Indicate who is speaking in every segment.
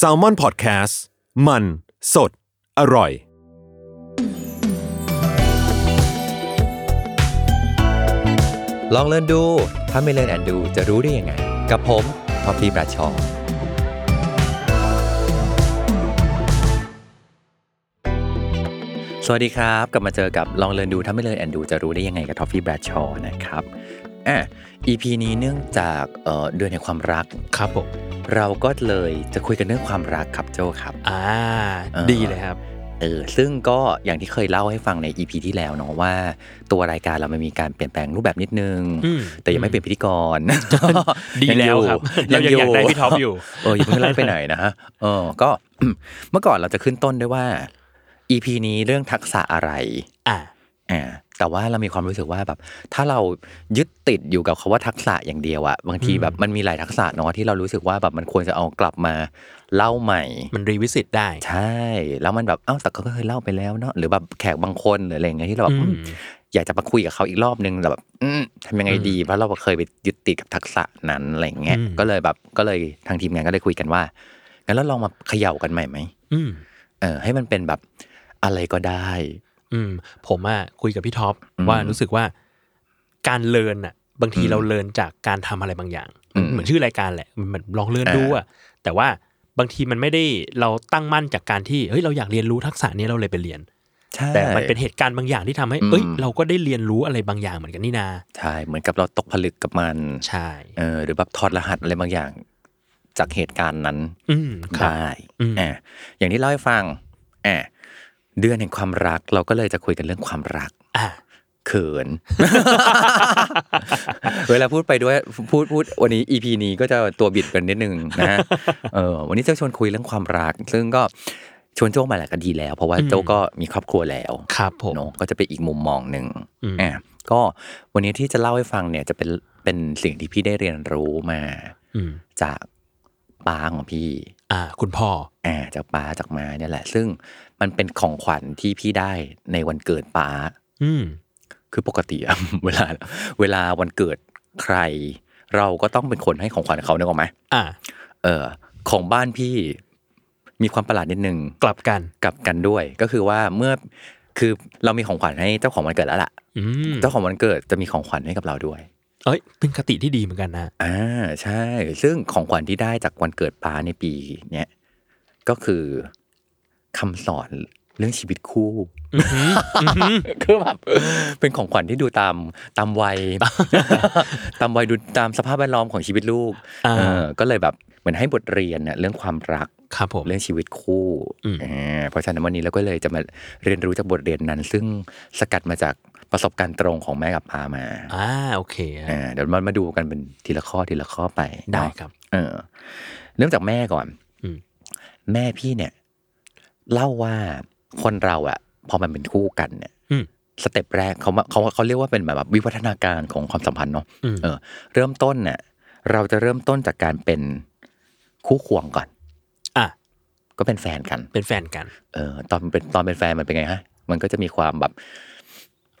Speaker 1: s a l m o n PODCAST มันสดอร่อย
Speaker 2: ลองเล่นดู ถ้าไม่เล่นแอนดูจะรู้ได้ยังไง กับผมพอพีประชอสวัสดีครับ กลับมาเจอกับลองเรียนดูถ้าไม่เรียนแอนดูจะรู้ได้ยังไงกับทอฟฟี่แบรดชอนะครับอ่ะ EP นี้เนื่องจากเอ่อเดือนแห่งความรัก
Speaker 3: ครับผม
Speaker 2: เราก็เลยจะคุยกันเรื่องความรักครับโจครับ
Speaker 3: อ่า
Speaker 2: เออ
Speaker 3: ดีเลยครับ
Speaker 2: เออซึ่งก็อย่างที่เคยเล่าให้ฟังใน EP ที่แล้วเนาะว่า ตัวรายการเรามันมีการเปลี่ยนแปลงรูปแบบนิดนึง
Speaker 3: อืม
Speaker 2: แต่ยังไม่เปลี่ยนพิธีกร
Speaker 3: ดีแล้วครับ เรายังอยากได้พี่ท็อปอยู่
Speaker 2: เอออย่าเพิ่งไล่ไปไหนนะฮะเออก็ เมื่อก่อนเราจะขึ้นต้นด้วยว่า EP นี้เรื่องทักษะอะไร
Speaker 3: อ่า
Speaker 2: อ่าแต่ว่าเรามีความรู้สึกว่าแบบ ถ้าเรายึดติดอยู่กับคาว่าทักษะอย่างเดียวอะบางที
Speaker 3: อืม
Speaker 2: แบบมันมีหลายทักษะเนาะที่เรารู้สึกว่าแบบมันควรจะเอากลับมาเล่าใหม่
Speaker 3: มันรีวิสิตได้
Speaker 2: ใช่ แล้วมันแบบเอ้าแต่เขาก็เคยเล่าไปแล้วเนาะหรือแบบแขกบางคนหรืออะไรอย่างเงี้ยที่เราแบบ
Speaker 3: อืม
Speaker 2: อืมอยากจะมาคุยกับเขาอีกรอบนึงแต่แบบอืมทำยังไงดีเพราะเราเคยไปยึดติดกับทักษะนั้นอะไรอย่างเงี้ย
Speaker 3: อืม
Speaker 2: ก็เลยแบบก็เลยทางทีมงานก็เลยคุยกันว่างั้นเราลองมาเขย่ากันใหม่ไหม
Speaker 3: อืม
Speaker 2: เออให้มันเป็นแบบอะไรก็ได้
Speaker 3: อืม ผมอ่ะคุยกับพี่ท็อป
Speaker 2: อืม
Speaker 3: ว่ารู้สึกว่า การเลิร์นอ่ะ บางที
Speaker 2: อืม
Speaker 3: เราเลิร์นจากการทำอะไรบางอย่าง
Speaker 2: อืม
Speaker 3: เหมือนชื่อรายการแหละมันลองเลิร์น
Speaker 2: อ่า
Speaker 3: ดูอ่ะแต่ว่าบางทีมันไม่ได้เราตั้งมั่นจากการที่เฮ้ยเราอยากเรียนรู้ทักษะนี้เราเลยไปเรียน
Speaker 2: ใช่
Speaker 3: แต่มันเป็นเหตุการณ์บางอย่างที่ทำให้
Speaker 2: อืม
Speaker 3: เอ้ยเราก็ได้เรียนรู้อะไรบางอย่างเหมือนกันนี่นา
Speaker 2: ใช่เหมือนกับเราตกผลึกกับมัน
Speaker 3: ใช่
Speaker 2: เออหรือแบบถอดรหัสอะไรบางอย่าง จากเหตุการณ์นั้น
Speaker 3: อืมครับ
Speaker 2: ได้
Speaker 3: อืม
Speaker 2: อ่ะอย่างที่เล่าให้ฟังอ่ะเดือนแห่งความรัก เราก็เลยจะคุยกันเรื่องความรัก
Speaker 3: อ่า
Speaker 2: เขิน เวลาพูดไปด้วยพูดพูดวันนี้ EP นี้ก็จะตัวบิดกันนิดนึงนะฮะ เออวันนี้จะชวนคุยเรื่องความรัก ซึ่งก็ชวนโจ้มาแหละก็ดีแล้ว เพราะว่า
Speaker 3: อืม
Speaker 2: โจ้ก็มีครอบครัวแล้ว
Speaker 3: ครับผม
Speaker 2: เนอะก็จะเป็นอีกมุมมองหนึ่ง
Speaker 3: อืม
Speaker 2: อ่ะก็วันนี้ที่จะเล่าให้ฟังเนี่ยจะเป็นเป็นสิ่งที่พี่ได้เรียนรู้มา
Speaker 3: อืม
Speaker 2: จากป้าของพี่
Speaker 3: อ่า คุณพ่อ
Speaker 2: อ่าจากป้าจากมาเนี่ยแหละ ซึ่งมันเป็นของขวัญที่พี่ได้ในวันเกิดป้า
Speaker 3: อืม
Speaker 2: คือปกติอะ เวลาเวลาวันเกิดใคร เราก็ต้องเป็นคนให้ของขวัญเขาเนี่ยหรอกไหม
Speaker 3: อ่า
Speaker 2: เออ ของบ้านพี่มีความประหลาดนิดนึง
Speaker 3: กลับกัน
Speaker 2: กลับกันด้วย ก็คือว่าเมื่อคือเรามีของขวัญให้เจ้าของวันเกิดแล้วล่ะ
Speaker 3: อืม
Speaker 2: เจ้าของวันเกิดจะมีของขวัญให้กับเราด้วย
Speaker 3: เอ้ย เป็นคติที่ดีเหมือนกันนะ
Speaker 2: อ่าใช่ ซึ่งของขวัญที่ได้จากวันเกิดป้าในปีเนี้ยก็คือคำสอนเรื่องชีวิตคู่ คือแบบเป็นของขวัญที่ดูตามตามวัย ตามวัยดูตามสภาพแวดล้อมของชีวิตลูก
Speaker 3: อ่า
Speaker 2: เออก็เลยแบบเหมือนให้บทเรียนน่ะเรื่องความรัก
Speaker 3: ครับผม
Speaker 2: เรื่องชีวิตคู่
Speaker 3: อืม
Speaker 2: เออเพราะฉะนั้นวันนี้เราก็เลยจะมาเรียนรู้จากบทเรียนนั้น ซึ่งสกัดมาจากประสบการณ์ตรงของแม่กับพามา
Speaker 3: อ่า โอเคฮะ
Speaker 2: เออเดี๋ยวมามาดูกันเป็นทีละข้อทีละข้อไป
Speaker 3: ได้
Speaker 2: เนาะ
Speaker 3: ครับ
Speaker 2: เออ เริ่มจากแม่ก่อน
Speaker 3: อืม
Speaker 2: แม่พี่เนี่ย เล่าว่าคนเราอะพอมันเป็นคู่กันเนี่ย
Speaker 3: อืม
Speaker 2: สเต็ปแรกเขามาเขาเขาเรียกว่าเป็นแบบวิวัฒนาการของความสัมพันธ์เนาะ
Speaker 3: อืม
Speaker 2: เออ เริ่มต้นเนี่ยเราจะเริ่มต้นจากการเป็นคู่ควงก่อน
Speaker 3: อ่ะ
Speaker 2: ก็เป็นแฟนกัน
Speaker 3: เป็นแฟนกัน
Speaker 2: เออ ตอนเป็นตอนเป็นแฟนมันเป็นไงฮะ มันก็จะมีความแบบ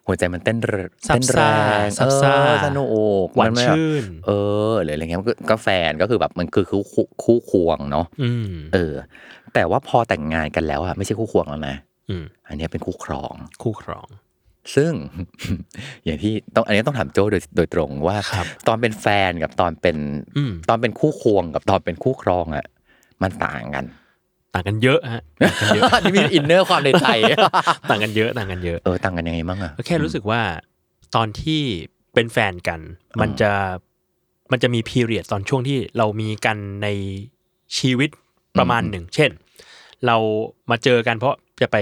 Speaker 2: หัวใจมันเต้นเร
Speaker 3: ซับ
Speaker 2: เต้นแร
Speaker 3: ซ่าง ซับซ่า
Speaker 2: เออสนุก
Speaker 3: หวาน
Speaker 2: มัไม่แบบ
Speaker 3: ชื่น
Speaker 2: เออหรืออะไรเงี้ยมันก็ก็แฟนก็คือแบบมันคือคู่คู่คู่ควงเนาะ
Speaker 3: อืม
Speaker 2: เออ แต่ว่าพอแต่งงานกันแล้วอะไม่ใช่คู่ควงแล้วนะ
Speaker 3: อืม
Speaker 2: อันเนี้ยเป็นคู่ครอง
Speaker 3: คู่ครอง
Speaker 2: ซึ่ง อย่างที่ต้องอันนี้ต้องถามโจโดยโดยตรงว่า
Speaker 3: ครับ
Speaker 2: ตอนเป็นแฟนกับตอนเป็น
Speaker 3: อืม
Speaker 2: ตอนเป็นคู่ควงกับตอนเป็นคู่ครองอะมันต่างกัน
Speaker 3: ต่างกันเยอะฮะ ต่างกันเยอะ
Speaker 2: นี่มีอินเนอร์ความในใจ
Speaker 3: ต่างกันเยอะ ต่างกันเยอะ
Speaker 2: เออต่างกันยังไงบ้างอะ
Speaker 3: ก็แค่รู้สึกว่าตอนที่เป็นแฟนกัน มันจะมันจะมีพีเรียดตอนช่วงที่เรามีกันในชีวิตประมาณ
Speaker 2: อืม
Speaker 3: หนึ่ง เช่น เรามาเจอกันเพราะจะไป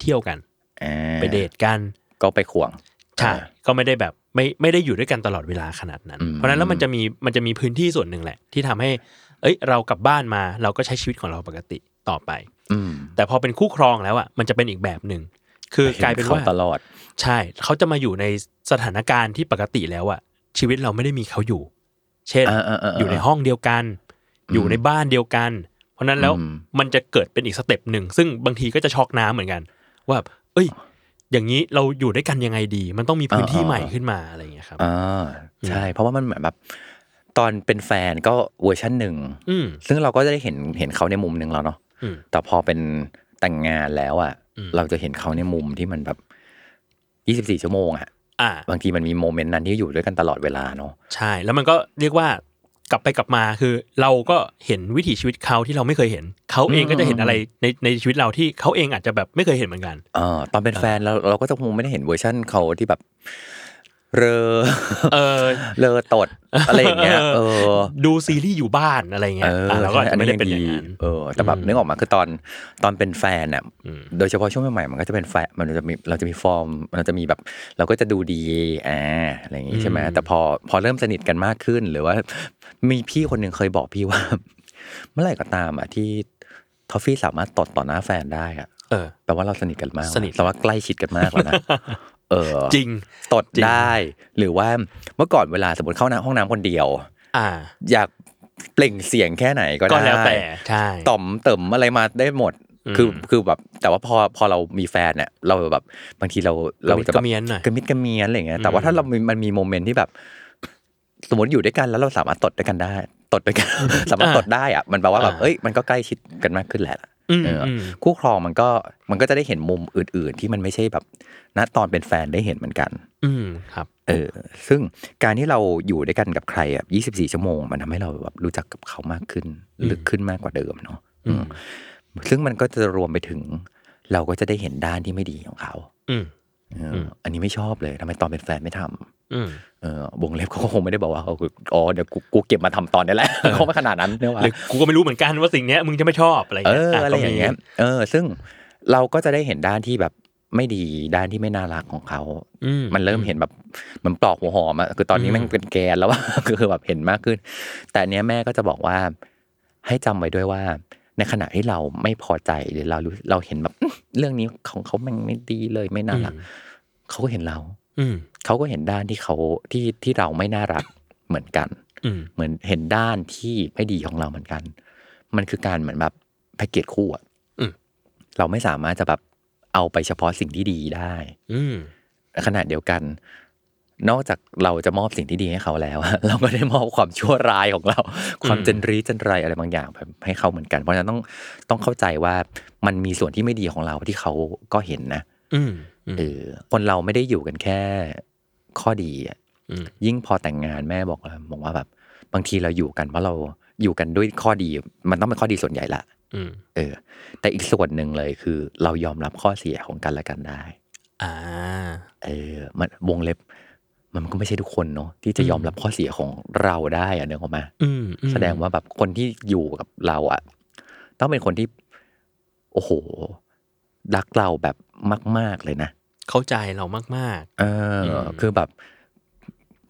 Speaker 3: เที่ยวกัน
Speaker 2: อ่า
Speaker 3: ไปเดทกัน
Speaker 2: ก็ไปควง
Speaker 3: ใช่ก็ไม่ได้แบบไม่ไม่ได้อยู่ด้วยกันตลอดเวลาขนาดนั้น
Speaker 2: อืม
Speaker 3: เพราะฉะนั้นแล้วมันจะมีมันจะมีพื้นที่ส่วนหนึ่งแหละ ที่ทำให้ เอ้ยเรากลับบ้านมาเราก็ใช้ชีวิตของเราปกติต่อไป
Speaker 2: อืม
Speaker 3: แต่พอเป็นคู่ครองแล้วอ่ะมันจะเป็นอีกแบบหนึ่งคือกลายเป็นว่า
Speaker 2: ห็ขตลอด
Speaker 3: ใช่เขาจะมาอยู่ในสถานการณ์ที่ปกติแล้วอะชีวิตเราไม่ได้มีเขาอยู่ เช่น
Speaker 2: อ่าอ่าอ่า
Speaker 3: อยู่ในห้องเดียวกัน อยู่ในบ้านเดียวกัน เพราะฉะนั้นแล้ว
Speaker 2: อืม
Speaker 3: มันจะเกิดเป็นอีกสเต็ปหนึ่ง ซึ่งบางทีก็จะช็อกน้ำเหมือนกัน ว่า เอ้ย อย่างนี้เราอยู่ด้วยกันยังไงดี มันต้องมีพื้นที่ใหม่ขึ้นมาอะไรอย่างเงี้ยครับ
Speaker 2: อ่าใช่ เพราะว่ามันเหมือนแบบตอนเป็นแฟนก็เวอร์ชันหนึ่ง
Speaker 3: อืม
Speaker 2: ซึ่งเราก็จะได้เห็นเห็นเขาในมุมหนึ่งแล้วเนาะ
Speaker 3: อืม
Speaker 2: แต่พอเป็นแต่งงานแล้วอ่ะ
Speaker 3: อืม
Speaker 2: เราจะเห็นเขาในมุมที่มันแบบ 24 ชั่วโมงอ่ะ
Speaker 3: อ่า
Speaker 2: บางทีมันมีโมเมนต์นั้นที่อยู่ด้วยกันตลอดเวลาเนาะ
Speaker 3: ใช่ แล้วมันก็เรียกว่ากลับไปกลับมาคือ เราก็เห็นวิถีชีวิตเขาที่เราไม่เคยเห็น เขาเองก็จะเห็นอะไรในในชีวิตเราที่เขาเองอาจจะแบบไม่เคยเห็นเหมือนกัน
Speaker 2: เออตอนเป็นแฟนเราเราก็จะคงไม่ได้เห็นเวอร์ชั่นเขาที่แบบ เรอ
Speaker 3: เออ
Speaker 2: เลอตดอะไรอย่างเงี้ย เออ
Speaker 3: ดูซีรีส์อยู่บ้านอะไรเงี้ยอ่ะเราก็อาจจะไม่ได้เป็นอย่างนั้น
Speaker 2: เออ แต่แบบ
Speaker 3: อืม
Speaker 2: นึกออกมาคือตอนตอนเป็นแฟนอ่ะ
Speaker 3: อืม
Speaker 2: โดยเฉพาะช่วงใหม่ๆมันก็จะเป็นแฟนมันจะมีเราจะมีฟอร์มเราจะมีแบบ เราก็จะดูดีอ่าอะไรอย่างงี้ใช่ไหมแต่พอพอเริ่มสนิทกันมากขึ้น หรือว่า มีพี่คนหนึ่งเคยบอกพี่ว่า เมื่อไหร่ก็ตามอ่ะที่ทอฟฟี่สามารถตดต่อหน้าแฟนได้อ่ะ
Speaker 3: เออ
Speaker 2: แปลว่าเราสนิทกันมาก
Speaker 3: สนิท
Speaker 2: แต่ว่าใกล้ชิดกันมากแล้ว นะเออ
Speaker 3: จริง
Speaker 2: ตด
Speaker 3: จริง
Speaker 2: ได้ หรือว่าเมื่อก่อนเวลาสมมติเข้าน้ำห้องน้ำคนเดียว
Speaker 3: อ่า
Speaker 2: อยากเปล่งเสียงแค่ไหนก็
Speaker 3: ก็
Speaker 2: ได้
Speaker 3: แล้วแต่ใช่
Speaker 2: ต่อมเติมอะไรมาได้หมด
Speaker 3: อืม
Speaker 2: คือคือแบบ แต่ว่าพอพอเรามีแฟนเนี่ยเราแบบบางทีเราเราจะ
Speaker 3: ก
Speaker 2: แบ
Speaker 3: ระ
Speaker 2: บ
Speaker 3: มิดกระเมียนหน่อย
Speaker 2: กระมิดกระเมียนอะไรอย่างเงี้ย แต่
Speaker 3: อื
Speaker 2: ว่าม ถ้าเรามีมันมีโมเมนต์ที่แบบ สมมติอยู่ด้วยกันแล้วเราสามารถตดด้วยกันได้ ตดด้วยกัน สามารถตดได้อะมันแปลว่าแบบเอ้ยมันก็ใกล้ชิดกันมากขึ้นแหละ
Speaker 3: อืม
Speaker 2: เอออ
Speaker 3: อืม
Speaker 2: คู่ครองมันก็มันก็จะได้เห็นมุมอื่น ๆ ที่มันไม่ใช่แบบ ณตอนเป็นแฟนได้เห็นเหมือนกัน
Speaker 3: อืมครับ
Speaker 2: เออ ซึ่งการที่เราอยู่ด้วยกันกับใครอ่ะ24 ชั่วโมง มันทำให้เราแบบรู้จักกับเขามากขึ้น ลึกขึ้นมากกว่าเดิมเนาะ
Speaker 3: อืม
Speaker 2: อืมซึ่งมันก็จะรวมไปถึง เราก็จะได้เห็นด้านที่ไม่ดีของเขา
Speaker 3: อืม
Speaker 2: เอออ
Speaker 3: ม
Speaker 2: อันนี้ไม่ชอบเลยทำไมตอนเป็นแฟนไม่ทำ
Speaker 3: อืม
Speaker 2: เออวงเล็บเขาก็คงไม่ได้บอกว่าเอาอ๋อเดี๋ยวกูกูเก็บมาทำตอนนี้แหละ เขาไม่ขนาดนั้นเนอะวะ
Speaker 3: หรือกูก็ไม่รู้เหมือนกันว่าสิ่งเนี้ยมึงจะไม่ชอบอะไร
Speaker 2: เอ
Speaker 3: เงี้ย
Speaker 2: ออะไรอย่างเงี้ย
Speaker 3: ก็มี
Speaker 2: เออ ซึ่งเราก็จะได้เห็นด้านที่แบบไม่ดีด้านที่ไม่น่ารักของเขา
Speaker 3: อืม
Speaker 2: มันเริ่มเห็นแบบเหมันปลอกหัวหอมอะคือตอนนี้
Speaker 3: อืม
Speaker 2: แม่งเป็นแกนแล้วว่า คือแบบเห็นมากขึ้น แต่อันเนี้ยแม่ก็จะบอกว่า ให้จำไว้ด้วยว่า ในขณะที่เราไม่พอใจหรือเรารู้เราเห็นแบบ อื้อเรื่องนี้ของเขาแม่งไม่ดีเลยไม่น่ารักเขาก็เห็นเรา
Speaker 3: อืม
Speaker 2: เขาก็เห็นด้านที่เขาที่ที่เราไม่น่ารักเหมือนกัน
Speaker 3: อืม
Speaker 2: เหมือนเห็นด้านที่ไม่ดีของเราเหมือนกัน มันคือการเหมือนแบบแพ็กเกจคู่อะ
Speaker 3: อืม
Speaker 2: เราไม่สามารถจะแบบเอาไปเฉพาะสิ่งที่ดีได้
Speaker 3: อืม
Speaker 2: ขณะเดียวกัน นอกจากเราจะมอบสิ่งที่ดีให้เขาแล้วอะ เราก็ได้มอบความชั่วร้ายของเรา ความเจนรีเจนไรอะไรบางอย่างแบบให้เขาเหมือนกัน เพราะฉะนั้นต้องต้องเข้าใจว่ามันมีส่วนที่ไม่ดีของเราที่เขาก็เห็นนะ
Speaker 3: อืมอืม
Speaker 2: เออคนเราไม่ได้อยู่กันแค่ข้อดีอะ
Speaker 3: อืม
Speaker 2: ยิ่งพอแต่งงานแม่บอกว่าบอกว่าแบบ บางทีเราอยู่กันเพราะเราอยู่กันด้วยข้อดี มันต้องเป็นข้อดีส่วนใหญ่ละ
Speaker 3: อืม
Speaker 2: เออ แต่อีกส่วนหนึ่งเลยคือ เรายอมรับข้อเสียของกันและกันได้
Speaker 3: อ่า
Speaker 2: เออมันวงเล็บ มันก็ไม่ใช่ทุกคนเนาะที่จะยอม
Speaker 3: อืม
Speaker 2: รับข้อเสียของเราได้อะเนื้อออกมา
Speaker 3: อืมอืม
Speaker 2: แสดงว่าแบบคนที่อยู่กับเราอะต้องเป็นคนที่ โอ้โห รักเราแบบมาก ๆเลยนะ
Speaker 3: เข้าใจเรามาก
Speaker 2: เอออ
Speaker 3: ม
Speaker 2: คือแบบ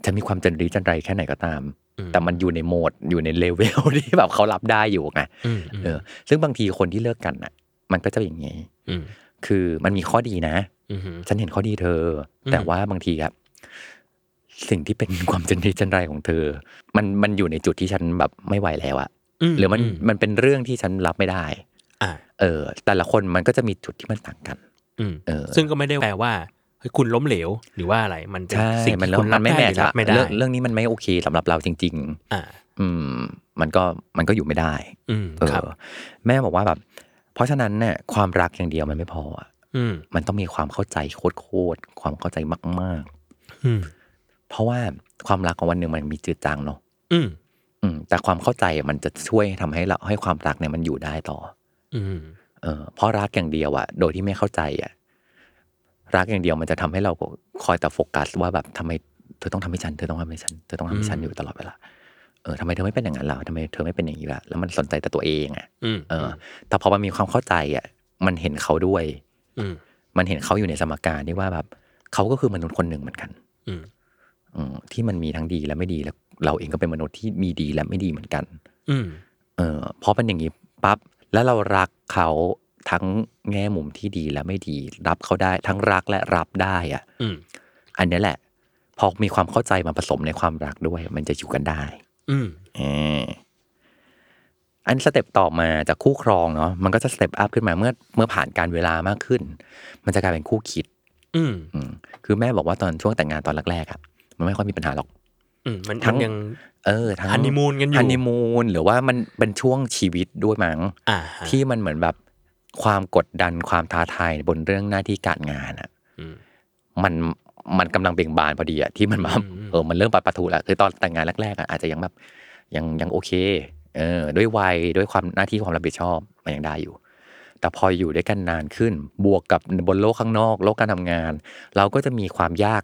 Speaker 2: จะมีความจันรีจันไรแค่ไหนก็ตาม
Speaker 3: อืม
Speaker 2: แต่มันอยู่ในโหมดอยู่ในเลเวล ที่แบบเขารับได้อยู่ไง
Speaker 3: ๆอืมอืม
Speaker 2: เออ ซึ่งบางทีคนที่เลิกกันอ่ะ มันก็จะเป็นอย่างนี้
Speaker 3: อืม
Speaker 2: คือมันมีข้อดีนะ
Speaker 3: อืม
Speaker 2: ฉันเห็นข้อดีเธออ
Speaker 3: ม
Speaker 2: แต่ว่าบางทีครับ สิ่งที่เป็น ความจันรีจันไรของเธอ มันมันอยู่ในจุดที่ฉันแบบไม่ไหวแล้วอะหรือมันมันเป็นเรื่องที่ฉันรับไม่ได้
Speaker 3: อ่า
Speaker 2: เออ แต่ละคนมันก็จะมีจุดที่มันต่างกัน
Speaker 3: อืม
Speaker 2: เออ
Speaker 3: ซึ่งก็ไม่ได้แปลว่าเฮ้ยคุณล้มเหลวหรือว่าอะไรมันเป็น
Speaker 2: ใช่
Speaker 3: สิ่ง
Speaker 2: มัน
Speaker 3: ที่
Speaker 2: แล้ว
Speaker 3: คุณ
Speaker 2: มั
Speaker 3: รับ
Speaker 2: นไม่
Speaker 3: ได้
Speaker 2: แม
Speaker 3: ห
Speaker 2: ท
Speaker 3: รือ
Speaker 2: ช์
Speaker 3: รั
Speaker 2: อะ
Speaker 3: บไม่ได้
Speaker 2: เรื่องเรื่องนี้มันไม่โอเคสำหรับเราจริง
Speaker 3: อ่า
Speaker 2: ๆ อืม มันก็มันก็อยู่ไม่ได้
Speaker 3: อืม
Speaker 2: เอ
Speaker 3: ครับ
Speaker 2: อ แม่บอกว่าแบบ เพราะฉะนั้นเนี่ยความรักอย่างเดียวมันไม่พออะ
Speaker 3: อืม
Speaker 2: มันต้องมีความเข้าใจโคตรๆความเข้าใจมาก
Speaker 3: อืม
Speaker 2: ๆ เพราะว่าความรักของวันหนึ่งมันมีจืดจางเนาะ
Speaker 3: อืม
Speaker 2: อืมแต่ความเข้าใจอะมันจะช่วยทำให้เราให้ความรักเนี่ยมันอยู่ได้ต่อ
Speaker 3: อืม
Speaker 2: เออเพราะรักอย่างเดียวอะโดยที่ไม่เข้าใจอะรักอย่างเดียวมันจะทำให้เราคอยแต่โฟกัสว่าแบบทำไมเธอต้องทำให้ฉันเธอต้องทำให้ฉันเธอต้องทำให้ฉันอยู่ตลอดเวลาเออทำไมเธอไม่เป็นอย่างนั้นล่ะทำไมเธอไม่เป็นอย่างนี้ล่ะแล้วมันสนใจแต่ตัวเองอะ
Speaker 3: อืม
Speaker 2: เออ แต่พอมันมีความเข้าใจอะมันเห็นเขาด้วย
Speaker 3: อืม
Speaker 2: มันเห็นเขาอยู่ในสมการที่ว่าแบบเขาก็คือมนุษย์คนหนึ่งเหมือนกัน
Speaker 3: อืม
Speaker 2: อืมที่มันมีทั้งดีและไม่ดีแล้ว เราเองก็เป็นมนุษย์ที่มีดีและไม่ดีเหมือนกัน
Speaker 3: อืม
Speaker 2: เออพอเป็นอย่างนี้ปั๊บแล้วเรารักเขาทั้งแง่มุมที่ดีและไม่ดี รับเขาได้ทั้งรักและรับได้อะ
Speaker 3: อืม
Speaker 2: อันเนี้ยแหละ พอมีความเข้าใจมาผสมในความรักด้วย มันจะอยู่กันได้
Speaker 3: อืม
Speaker 2: เอออันสเต็ปต่อมาจากคู่ครองเนาะมันก็จะสเต็ปอัพขึ้นมาเมื่อเมื่อผ่านการเวลามากขึ้น มันจะกลายเป็นคู่คิด
Speaker 3: อืม
Speaker 2: อืมคือแม่บอกว่าตอนช่วงแต่งงานตอนแรกๆอะมันไม่ค่อยมีปัญหาหรอก
Speaker 3: อืมมัน
Speaker 2: ทั้ง
Speaker 3: ยัง
Speaker 2: เออทั้ง
Speaker 3: honeymoon กันอยู่
Speaker 2: ฮันนีมูนหรือว่ามันเป็นช่วงชีวิตด้วยมั้ง
Speaker 3: อ่าฮะ
Speaker 2: ที่มันเหมือนแบบความกดดันความท้าทายบนเรื่องหน้าที่การงานอะ
Speaker 3: อืม
Speaker 2: มันมันกำลังเบ่งบานพอดีอะที่มันมา
Speaker 3: อืม
Speaker 2: เออมันเริ่มปะปะทุแล้วคือตอนแต่งงานแรกๆอะอาจจะยังแบบยังยังโอเคเออด้วยวัยด้วยความหน้าที่ความรับผิดชอบมันยังได้อยู่ แต่พออยู่ด้วยกันนานขึ้น บวกกับบนโลกข้างนอก โลกการทำงาน เราก็จะมีความยาก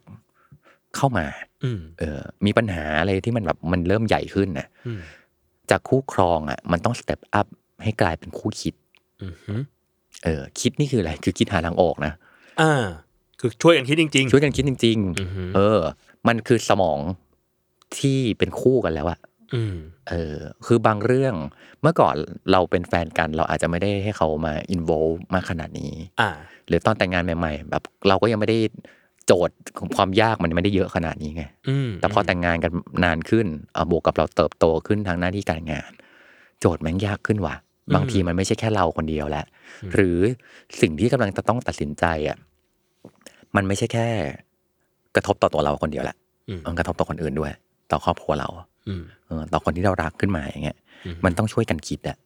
Speaker 2: เข้ามา
Speaker 3: อืม
Speaker 2: เออมีปัญหาอะไรที่มันแบบมันเริ่มใหญ่ขึ้นนะ
Speaker 3: อืม
Speaker 2: จากคู่ครองอ่ะ มันต้องสเต็ปอัพให้กลายเป็นคู่คิด
Speaker 3: อืมฮึ
Speaker 2: เออ คิดนี่คืออะไร คือคิดหาทางออกนะ
Speaker 3: อ่า คือช่วยกันคิดจริง ๆ
Speaker 2: ช่วยกันคิดจริง
Speaker 3: อือฮึ
Speaker 2: ๆ เออ มันคือสมองที่เป็นคู่กันแล้วอะ
Speaker 3: อืม
Speaker 2: เออ คือบางเรื่องเมื่อก่อนเราเป็นแฟนกัน เราอาจจะไม่ได้ให้เขามาอินโวมากขนาดนี้
Speaker 3: อ่า
Speaker 2: หรือตอนแต่งงานใหม่ ๆ แบบ เราก็ยังไม่ได้โจทย์ของความยากมันไม่ได้เยอะขนาดนี้ไง
Speaker 3: อืม
Speaker 2: แต่พอแต่งงานกันนานขึ้นเอ่อบวกกับเราเติบโตขึ้นทางหน้าที่การงาน โจทย์แม่งยากขึ้นว่ะ บางทีมันไม่ใช่แค่เราคนเดียวแล้วหรือสิ่งที่กำลังจะต้องตัดสินใจอ่ะมันไม่ใช่แค่ กระทบต่อตัวเราคนเดียวแหละ
Speaker 3: อืม
Speaker 2: มันกระทบต่อคนอื่นด้วย ต่อครอบครัวเรา
Speaker 3: อืม
Speaker 2: เออต่อคนที่เรารักขึ้นมาอย่างเงี้ย
Speaker 3: อืม
Speaker 2: มันต้องช่วยกันคิดอ่ะ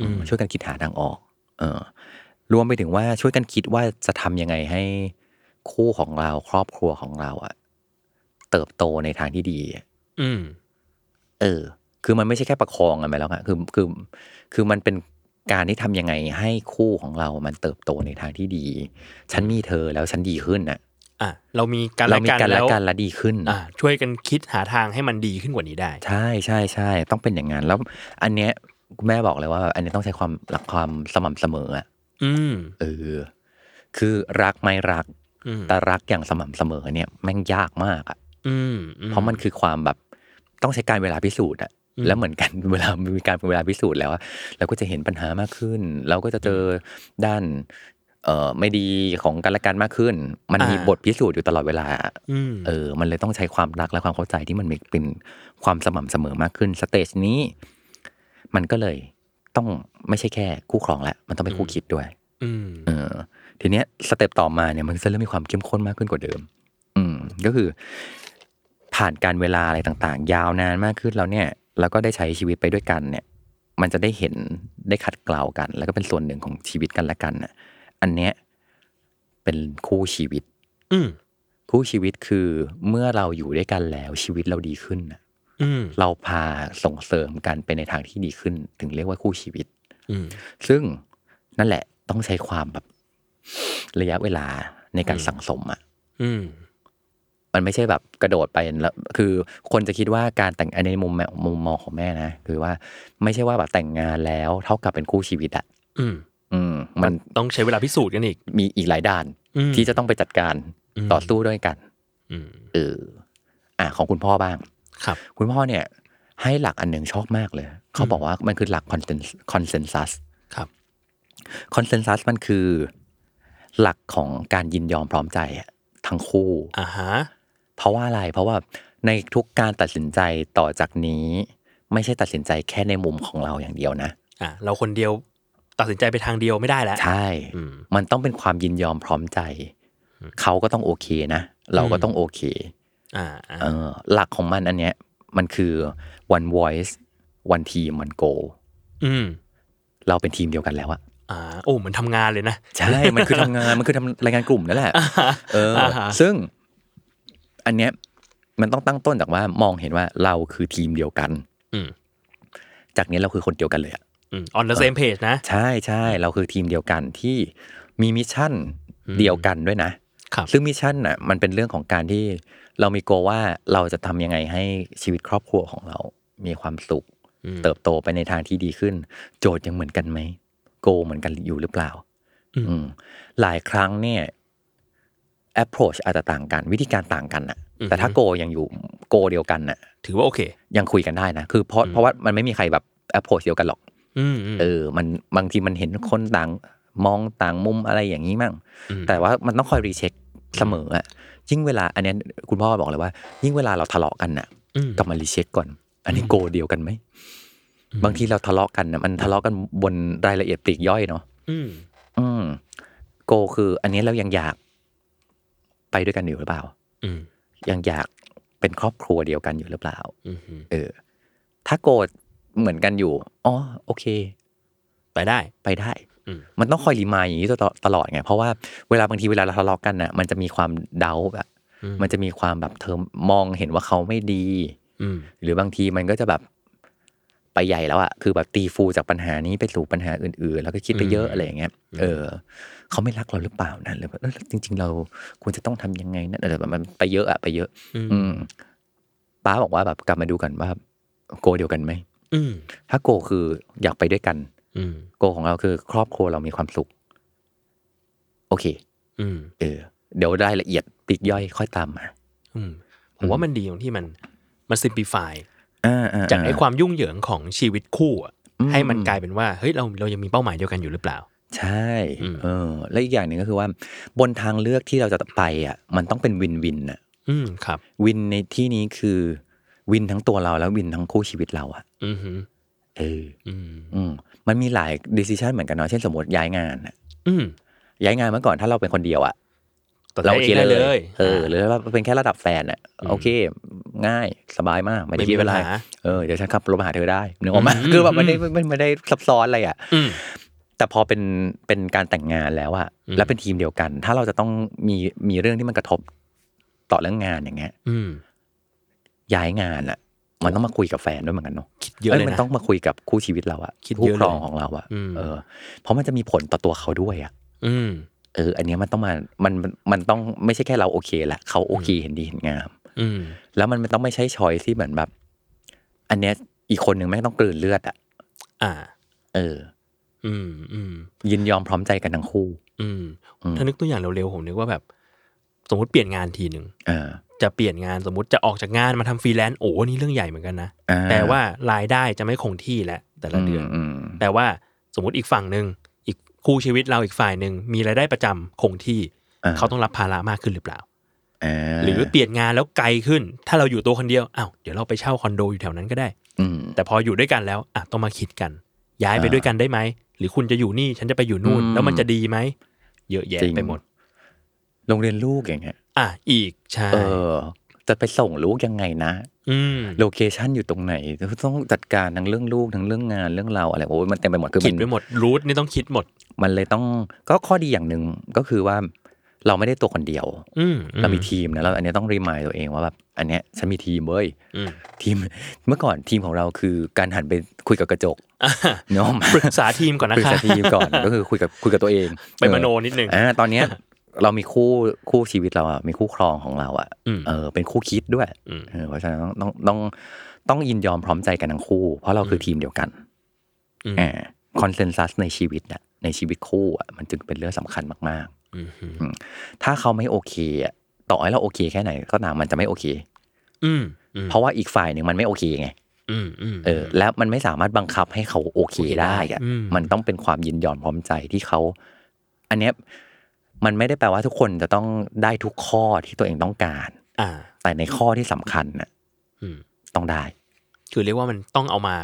Speaker 3: อืม
Speaker 2: อืมช่วยกันคิดหาทางออก เออ รวมไปถึงว่าช่วยกันคิดว่าจะทำยังไงให้คู่ของเราครอบครัวของเราอ่ะเติบโตในทางที่ดีอะ
Speaker 3: อืม
Speaker 2: เออ คือมันไม่ใช่แค่ประคองกันไปแล้วอะคือคือ คือมันเป็นการที่ทำยังไงให้คู่ของเรามันเติบโตในทางที่ดี ฉันมีเธอแล้วฉันดีขึ้นน่ะ
Speaker 3: อ่ะเรามีการ
Speaker 2: เรา
Speaker 3: ละ
Speaker 2: มี
Speaker 3: กัน
Speaker 2: กันและ
Speaker 3: แล้ว
Speaker 2: กันและดีขึ้น
Speaker 3: อ่า ช่วยกันคิดหาทางให้มันดีขึ้นกว่านี้ได้
Speaker 2: ใช่ใช่ใช่ ต้องเป็นอย่างนั้น แล้ว อันเนี้ยคุณแม่บอกเลยว่า อันเนี้ยต้องใช้ความรักความสม่ำเสมออะ
Speaker 3: อืม
Speaker 2: เออ คือรักไม่รัก
Speaker 3: อืม
Speaker 2: แต่รักอย่างสม่ำเสมอเนี่ยแม่งยากมากอะ
Speaker 3: อืมอื
Speaker 2: เพราะมันคือความแบบต้องใช้การเวลาพิสูจน์อะแล้วเหมือนกัน เวลามีการเวลาพิสูจน์แล้วอะเราก็จะเห็นปัญหามากขึ้น เราก็จะเจอด้านเอ่อไม่ดีของกันและกันมากขึ้น มันมีบทพิสูจน์อยู่ตลอดเวลา
Speaker 3: อืม
Speaker 2: เออ มันเลยต้องใช้ความรักและความเข้าใจที่มันมีเป็นความสม่ำเสมอมากขึ้นสเตจนี้ มันก็เลยต้องไม่ใช่แค่คู่ครองแล้วมันต้องเป็นคู่คิดด้วย
Speaker 3: อืม
Speaker 2: เออทีเนี้ยสเต็ปต่อมาเนี่ยมันจะเริ่มมีความเข้มข้นมากขึ้นกว่าเดิม อืมก็คือ ผ่านการเวลาอะไรต่างๆ ยาวนานมากขึ้นแล้วเนี่ยแล้วก็ได้ใช้ชีวิตไปด้วยกันเนี่ย มันจะได้เห็นได้ขัดเกลากัน แล้วก็เป็นส่วนหนึ่งของชีวิตกันและกันน่ะ อันเนี้ยเป็นคู่ชีวิต
Speaker 3: อืม
Speaker 2: คู่ชีวิตคือเมื่อเราอยู่ด้วยกันแล้วชีวิตเราดีขึ้นน่ะ
Speaker 3: อืม
Speaker 2: เราพาส่งเสริมกันไปในทางที่ดีขึ้น ถึงเรียกว่าคู่ชีวิต
Speaker 3: อืม
Speaker 2: ซึ่งนั่นแหละต้องใช้ความแบบระยะเวลาในการสั่งสมอ่ะ
Speaker 3: อืม
Speaker 2: มันไม่ใช่แบบกระโดดไปแล้วคือคนจะคิดว่าการแต่งอันนี้ในมุมแม่มุมมองของแม่นะคือว่าไม่ใช่ว่าแบบแต่งงานแล้วเท่ากับเป็นคู่ชีวิตอ่ะ
Speaker 3: อืม
Speaker 2: อืม มัน
Speaker 3: ต้องใช้เวลาพิสูจน์กันอีก
Speaker 2: มีอีกหลายด้าน
Speaker 3: อืม
Speaker 2: ที่จะต้องไปจัดการ
Speaker 3: ม
Speaker 2: ต่อสู้ด้วยกัน
Speaker 3: อืม
Speaker 2: เอออ่ะของคุณพ่อบ้าง
Speaker 3: ครับ
Speaker 2: คุณพ่อเนี่ย ให้หลักอันหนึ่งชอบมากเลย เขาบอกว่ามันคือหลักคอนเซนคอนเซนซัส
Speaker 3: ครับ
Speaker 2: คอนเซนซัสมันคือ หลักของการยินยอมพร้อมใจอะทั้งคู่
Speaker 3: อ่าฮะ
Speaker 2: เพราะว่าอะไร เพราะว่าในทุกการตัดสินใจต่อจากนี้ ไม่ใช่ตัดสินใจแค่ในมุมของเราอย่างเดียวนะ
Speaker 3: อ่ะเราคนเดียวตัดสินใจไปทางเดียวไม่ได้แล้ว
Speaker 2: ใช่
Speaker 3: อืม
Speaker 2: มันต้องเป็นความยินยอมพร้อมใจ เขาก็ต้องโอเคนะ เราก็ต้องโอเค
Speaker 3: อ่าอ่า
Speaker 2: เออ หลักของมันอันเนี้ย มันคือ one voice one team one goal
Speaker 3: อืม
Speaker 2: เราเป็นทีมเดียวกันแล้วอะ
Speaker 3: อ่า โอ้เหมือนทำงานเลยนะ
Speaker 2: ใช่ มันคือทำงาน มันคือทำรายงานกลุ่มนั่นแหละ เอออา
Speaker 3: ฮะ
Speaker 2: ซึ่งอันเนี้ยมันต้องตั้งต้นจากว่ามองเห็นว่าเราคือทีมเดียวกัน
Speaker 3: อืม
Speaker 2: จากนี้เราคือคนเดียวกันเลยอะ
Speaker 3: อืม on the same page นะ
Speaker 2: ใช่ใช่เราคือทีมเดียวกันที่มีมิชชั่น
Speaker 3: อืม
Speaker 2: เดียวกันด้วยนะ
Speaker 3: ครับ
Speaker 2: ซึ่งมิชชั่นน่ะมันเป็นเรื่องของการที่เรามีโกลว่าเราจะทำยังไงให้ชีวิตครอบครัวของเรา มีความสุข
Speaker 3: อืม
Speaker 2: เติบโตไปในทางที่ดีขึ้น โจทย์ยังเหมือนกันไหมโกลเหมือนกันอยู่หรือเปล่า
Speaker 3: อืม
Speaker 2: อืมหลายครั้งเนี่ย approach อาจจะต่างกัน วิธีการต่างกันน่ะ แต่ถ้าโกลยังอยู่โกลเดียวกันน่ะ
Speaker 3: ถือว่าโอเค
Speaker 2: ยังคุยกันได้นะ คือเพราะเพราะว่ามันไม่มีใครแบบ approach เดียวกันหรอก
Speaker 3: อืมอืม
Speaker 2: เออ มันบางทีมันเห็นคนต่างมองต่างมุมอะไรอย่างนี้มั่ง
Speaker 3: ม
Speaker 2: แต่ว่ามันต้องคอยรีเช็คเสมออะยิ่งเวลาอันเนี้ยคุณพ่อบอกเลยว่า ยิ่งเวลาเราทะเลาะกันน่ะ
Speaker 3: อืม
Speaker 2: กลับมารีเช็คก่อน อันนี้
Speaker 3: อืม
Speaker 2: โกเดียวกันไหม
Speaker 3: อืม
Speaker 2: บางทีเราทะเลาะกันน่ะมันทะเลาะกันบนรายละเอียดปลีกย่อยเนาะ
Speaker 3: อืม
Speaker 2: อืม โกคือ อันนี้เรายังอยาก ไปด้วยกันอยู่หรือเปล่า
Speaker 3: อืม
Speaker 2: ยังอยากเป็นครอบครัวเดียวกันอยู่หรือเปล่า
Speaker 3: อืม
Speaker 2: เออ ถ้าโกรธเหมือนกันอยู่อ๋อโอเค
Speaker 3: ไปได้
Speaker 2: ไปได้
Speaker 3: อืม
Speaker 2: มันต้องคอยรีมายอย่างนี้ตลอดตลอดไง เพราะว่าเวลาบางทีเวลาเราทะเลาะกันน่ะ มันจะมีความเดาแบบ
Speaker 3: อื
Speaker 2: มันจะมีความแบบเธอมองเห็นว่าเขาไม่ดี
Speaker 3: อืม
Speaker 2: หรือบางทีมันก็จะแบบไปใหญ่แล้วอะคือแบบตีฟูจากปัญหานี้ไปสู่ปัญหาอื่น ๆ แล้วก็คิดไปเยอะอะไรอย่างเงี้ย เออ เขาไม่รักเราหรือเปล่านะหรือว่าเอ้ยจริง ๆ เราควรจะต้องทำยังไงนะอะไรแบบมันไปเยอะอะไปเยอะ
Speaker 3: อืม
Speaker 2: อืมป้าบอกว่าแบบกลับมาดูกันว่าโกเดียวกันไหม
Speaker 3: อืม
Speaker 2: ถ้าโกคืออยากไปด้วยกัน
Speaker 3: อืม
Speaker 2: โกของเราคือครอบครัวเรามีความสุข โอเค
Speaker 3: อืม
Speaker 2: เออ เดี๋ยวรายละเอียดปลีกย่อยค่อยตามมา
Speaker 3: อืมผมว่ามันดีตรงที่มันมันซิมพลิฟาย
Speaker 2: อ่า
Speaker 3: จากไอ้ความยุ่งเหยิงของชีวิตคู่อะ
Speaker 2: อืม
Speaker 3: ให้มันกลายเป็นว่าเฮ้ยเราเรายังมีเป้าหมายเดียวกันอยู่หรือเปล่า
Speaker 2: ใช่
Speaker 3: อืม
Speaker 2: เออ และอีกอย่างหนึ่งก็คือว่า บนทางเลือกที่เราจะไปอ่ะ มันต้องเป็นวินวินอ่ะ
Speaker 3: อืมครับ
Speaker 2: วินในที่นี้คือวินทั้งตัวเราแล้ววินทั้งคู่ชีวิตเราอ่ะ
Speaker 3: อือหือ
Speaker 2: เออ
Speaker 3: อืม
Speaker 2: อืมมันมีหลายดิส i ชันเหมือนกันเนาะเช่นสมมติย้ายงานอะ
Speaker 3: อืม
Speaker 2: ย้ายงานเมื่อก่อนถ้าเราเป็นคนเดียวอ่ะ
Speaker 3: ตัด
Speaker 2: เรา
Speaker 3: สิน
Speaker 2: โอเค
Speaker 3: ใจเองได้
Speaker 2: เล
Speaker 3: เลย ย
Speaker 2: เออ หรือว่าเป็นแค่ระดับแฟนอ่ะ โอเค ง่าย สบายมาก ไม่ได้
Speaker 3: ไม่
Speaker 2: คิ
Speaker 3: มี
Speaker 2: ดเว
Speaker 3: ปัญ
Speaker 2: ลา
Speaker 3: หา
Speaker 2: เออ เดี๋ยวฉันขับรถมาหาเธอได้นึกออกไหม
Speaker 3: อืม
Speaker 2: คือแบบมัน
Speaker 3: อื
Speaker 2: ไม่
Speaker 3: ม
Speaker 2: ไม่ไม่ได้ซับซ้อนอะไรอ่ะ
Speaker 3: อืม
Speaker 2: แต่พอเป็นเป็นการแต่งงานแล้วอะ
Speaker 3: อืม
Speaker 2: แล้วเป็นทีมเดียวกัน ถ้าเราจะต้องมีมีเรื่องที่มันกระทบต่อเรื่องงานอย่างเงี้ย
Speaker 3: อืม
Speaker 2: ย้ายงานอะมันต้องมาคุยกับแฟนด้วยเหมือนกันเนาะ
Speaker 3: คิดเยอะเลย
Speaker 2: มั
Speaker 3: นะ
Speaker 2: ต้องมาคุยกับคู่ชีวิตเราอะ
Speaker 3: คิด
Speaker 2: คู่
Speaker 3: เยอะเลย
Speaker 2: ครองของเราอะ
Speaker 3: อืม
Speaker 2: เออ เพราะมันจะมีผลต่อตัวเขาด้วยอะ
Speaker 3: อืม
Speaker 2: เออ อันเนี้ยมันต้องมามันมันมันต้องไม่ใช่แค่เราโอเคละเขาโอเคเห็นดีเห็นงาม
Speaker 3: อืม
Speaker 2: แล้วมันต้องไม่ใช่ชอยที่เหมือนแบบ อันเนี้ยอีกคนหนึ่งแม่งต้องกลืนเลือดอะ
Speaker 3: อ่า
Speaker 2: เออ
Speaker 3: อืมอืม
Speaker 2: ยินยอมพร้อมใจกันทั้งคู่
Speaker 3: อืม
Speaker 2: อืม
Speaker 3: ถ้านึกตัวอย่างเร็วๆผมนึกว่าแบบ สมมติเปลี่ยนงานทีหนึ่ง
Speaker 2: เออ
Speaker 3: จะเปลี่ยนงานสมมติจะออกจากงานมาทำฟรีแลนซ์โอ้อันนี่เรื่องใหญ่เหมือนกันนะ
Speaker 2: อ่
Speaker 3: แปลว่ารายได้จะไม่คงที่แล้วแต่ละเดือน
Speaker 2: อืมม
Speaker 3: แต่ว่าสมมติอีกฝั่งหนึ่งอีกคู่ชีวิตเราอีกฝ่ายหนึ่งมีรายได้ประจำคงที่
Speaker 2: อ่า
Speaker 3: เขาต้องรับภาระมากขึ้นหรือเปล่า
Speaker 2: อ่า
Speaker 3: หรือเปลี่ยนงานแล้วไกลขึ้น ถ้าเราอยู่ตัวคนเดียวอ้าวเดี๋ยวเราไปเช่าคอนโดอยู่แถวนั้นก็ได้
Speaker 2: อืม
Speaker 3: แต่พออยู่ด้วยกันแล้วอ่ะต้องมาคิดกัน ย้ายไป
Speaker 2: อ่า
Speaker 3: ด้วยกันได้ไหมหรือคุณจะอยู่นี่ฉันจะไปอยู่นู่น
Speaker 2: อืม
Speaker 3: แล้วมันจะดีไหมเยอะแยะ
Speaker 2: จริง
Speaker 3: ไปหมด
Speaker 2: โรงเรียนลูกอย่างเงี้ย
Speaker 3: อ่ะอีกใช่
Speaker 2: เออ จะไปส่งลูกยังไงนะ
Speaker 3: อืม
Speaker 2: โลเคชันอยู่ตรงไหน ต้องจัดการทั้งเรื่องลูกทั้งเรื่องงานเรื่องเราอะไรโอ้ยมันเต็มไปหมดคือ
Speaker 3: คิ
Speaker 2: มั
Speaker 3: ด
Speaker 2: น
Speaker 3: ไปหมดรูทนี่ต้องคิดหมด
Speaker 2: มันเลยต้องก็ข้อดีอย่างหนึ่งก็คือว่า เราไม่ได้ตัวคนเดียว
Speaker 3: อืม
Speaker 2: เรามีทีมนะเราอันเนี้ยต้องรีมายตัวเองว่าแบบอันเนี้ยฉันมีทีมเว้ย
Speaker 3: อืม
Speaker 2: ทีม เมื่อก่อนทีมของเราคือการหันไปคุยกับกระจก
Speaker 3: อ่ะ
Speaker 2: เนาะมา
Speaker 3: ปรึกษาทีมก่อนนะ
Speaker 2: ปรึก
Speaker 3: คะ
Speaker 2: ษาทีมก่อนก็คือคุยกับคุยกับตัวเอง
Speaker 3: ไปมโน
Speaker 2: เออ
Speaker 3: นิดนึง
Speaker 2: อ่าตอนเนี้ยเรามีคู่คู่ชีวิตเราอะมีคู่ครองของเราอะ
Speaker 3: อืม
Speaker 2: เออเป็นคู่คิดด้วย
Speaker 3: อืม
Speaker 2: เออเพราะฉะนั้นต้องต้องต้องยินยอมพร้อมใจกันทั้งคู่ เพราะเราคือทีมเดียวกัน
Speaker 3: อืม
Speaker 2: อ่าคอนเซนแซสในชีวิตอะในชีวิตคู่อะมันจึงเป็นเรื่องสำคัญมาก
Speaker 3: อืมอืม
Speaker 2: ๆ ถ้าเขาไม่โอเคอะต่อให้เราโอเคแค่ไหนก็ตามมันจะไม่โอเค
Speaker 3: อืมอืม
Speaker 2: เพราะว่าอีกฝ่ายหนึ่งมันไม่โอเคไง
Speaker 3: อืมอืม
Speaker 2: เออแล้วมันไม่สามารถบังคับให้เขาโอเคได้อะ
Speaker 3: อืม
Speaker 2: มันต้องเป็นความยินยอมพร้อมใจที่เขา อันเนี้ยมันไม่ได้แปลว่าทุกคนจะต้องได้ทุกข้อที่ตัวเองต้องการ
Speaker 3: อ่า
Speaker 2: แต่ในข้อที่สำคัญน่ะ
Speaker 3: อืม
Speaker 2: ต้องได้
Speaker 3: คือเรียกว่ามันต้องเอามา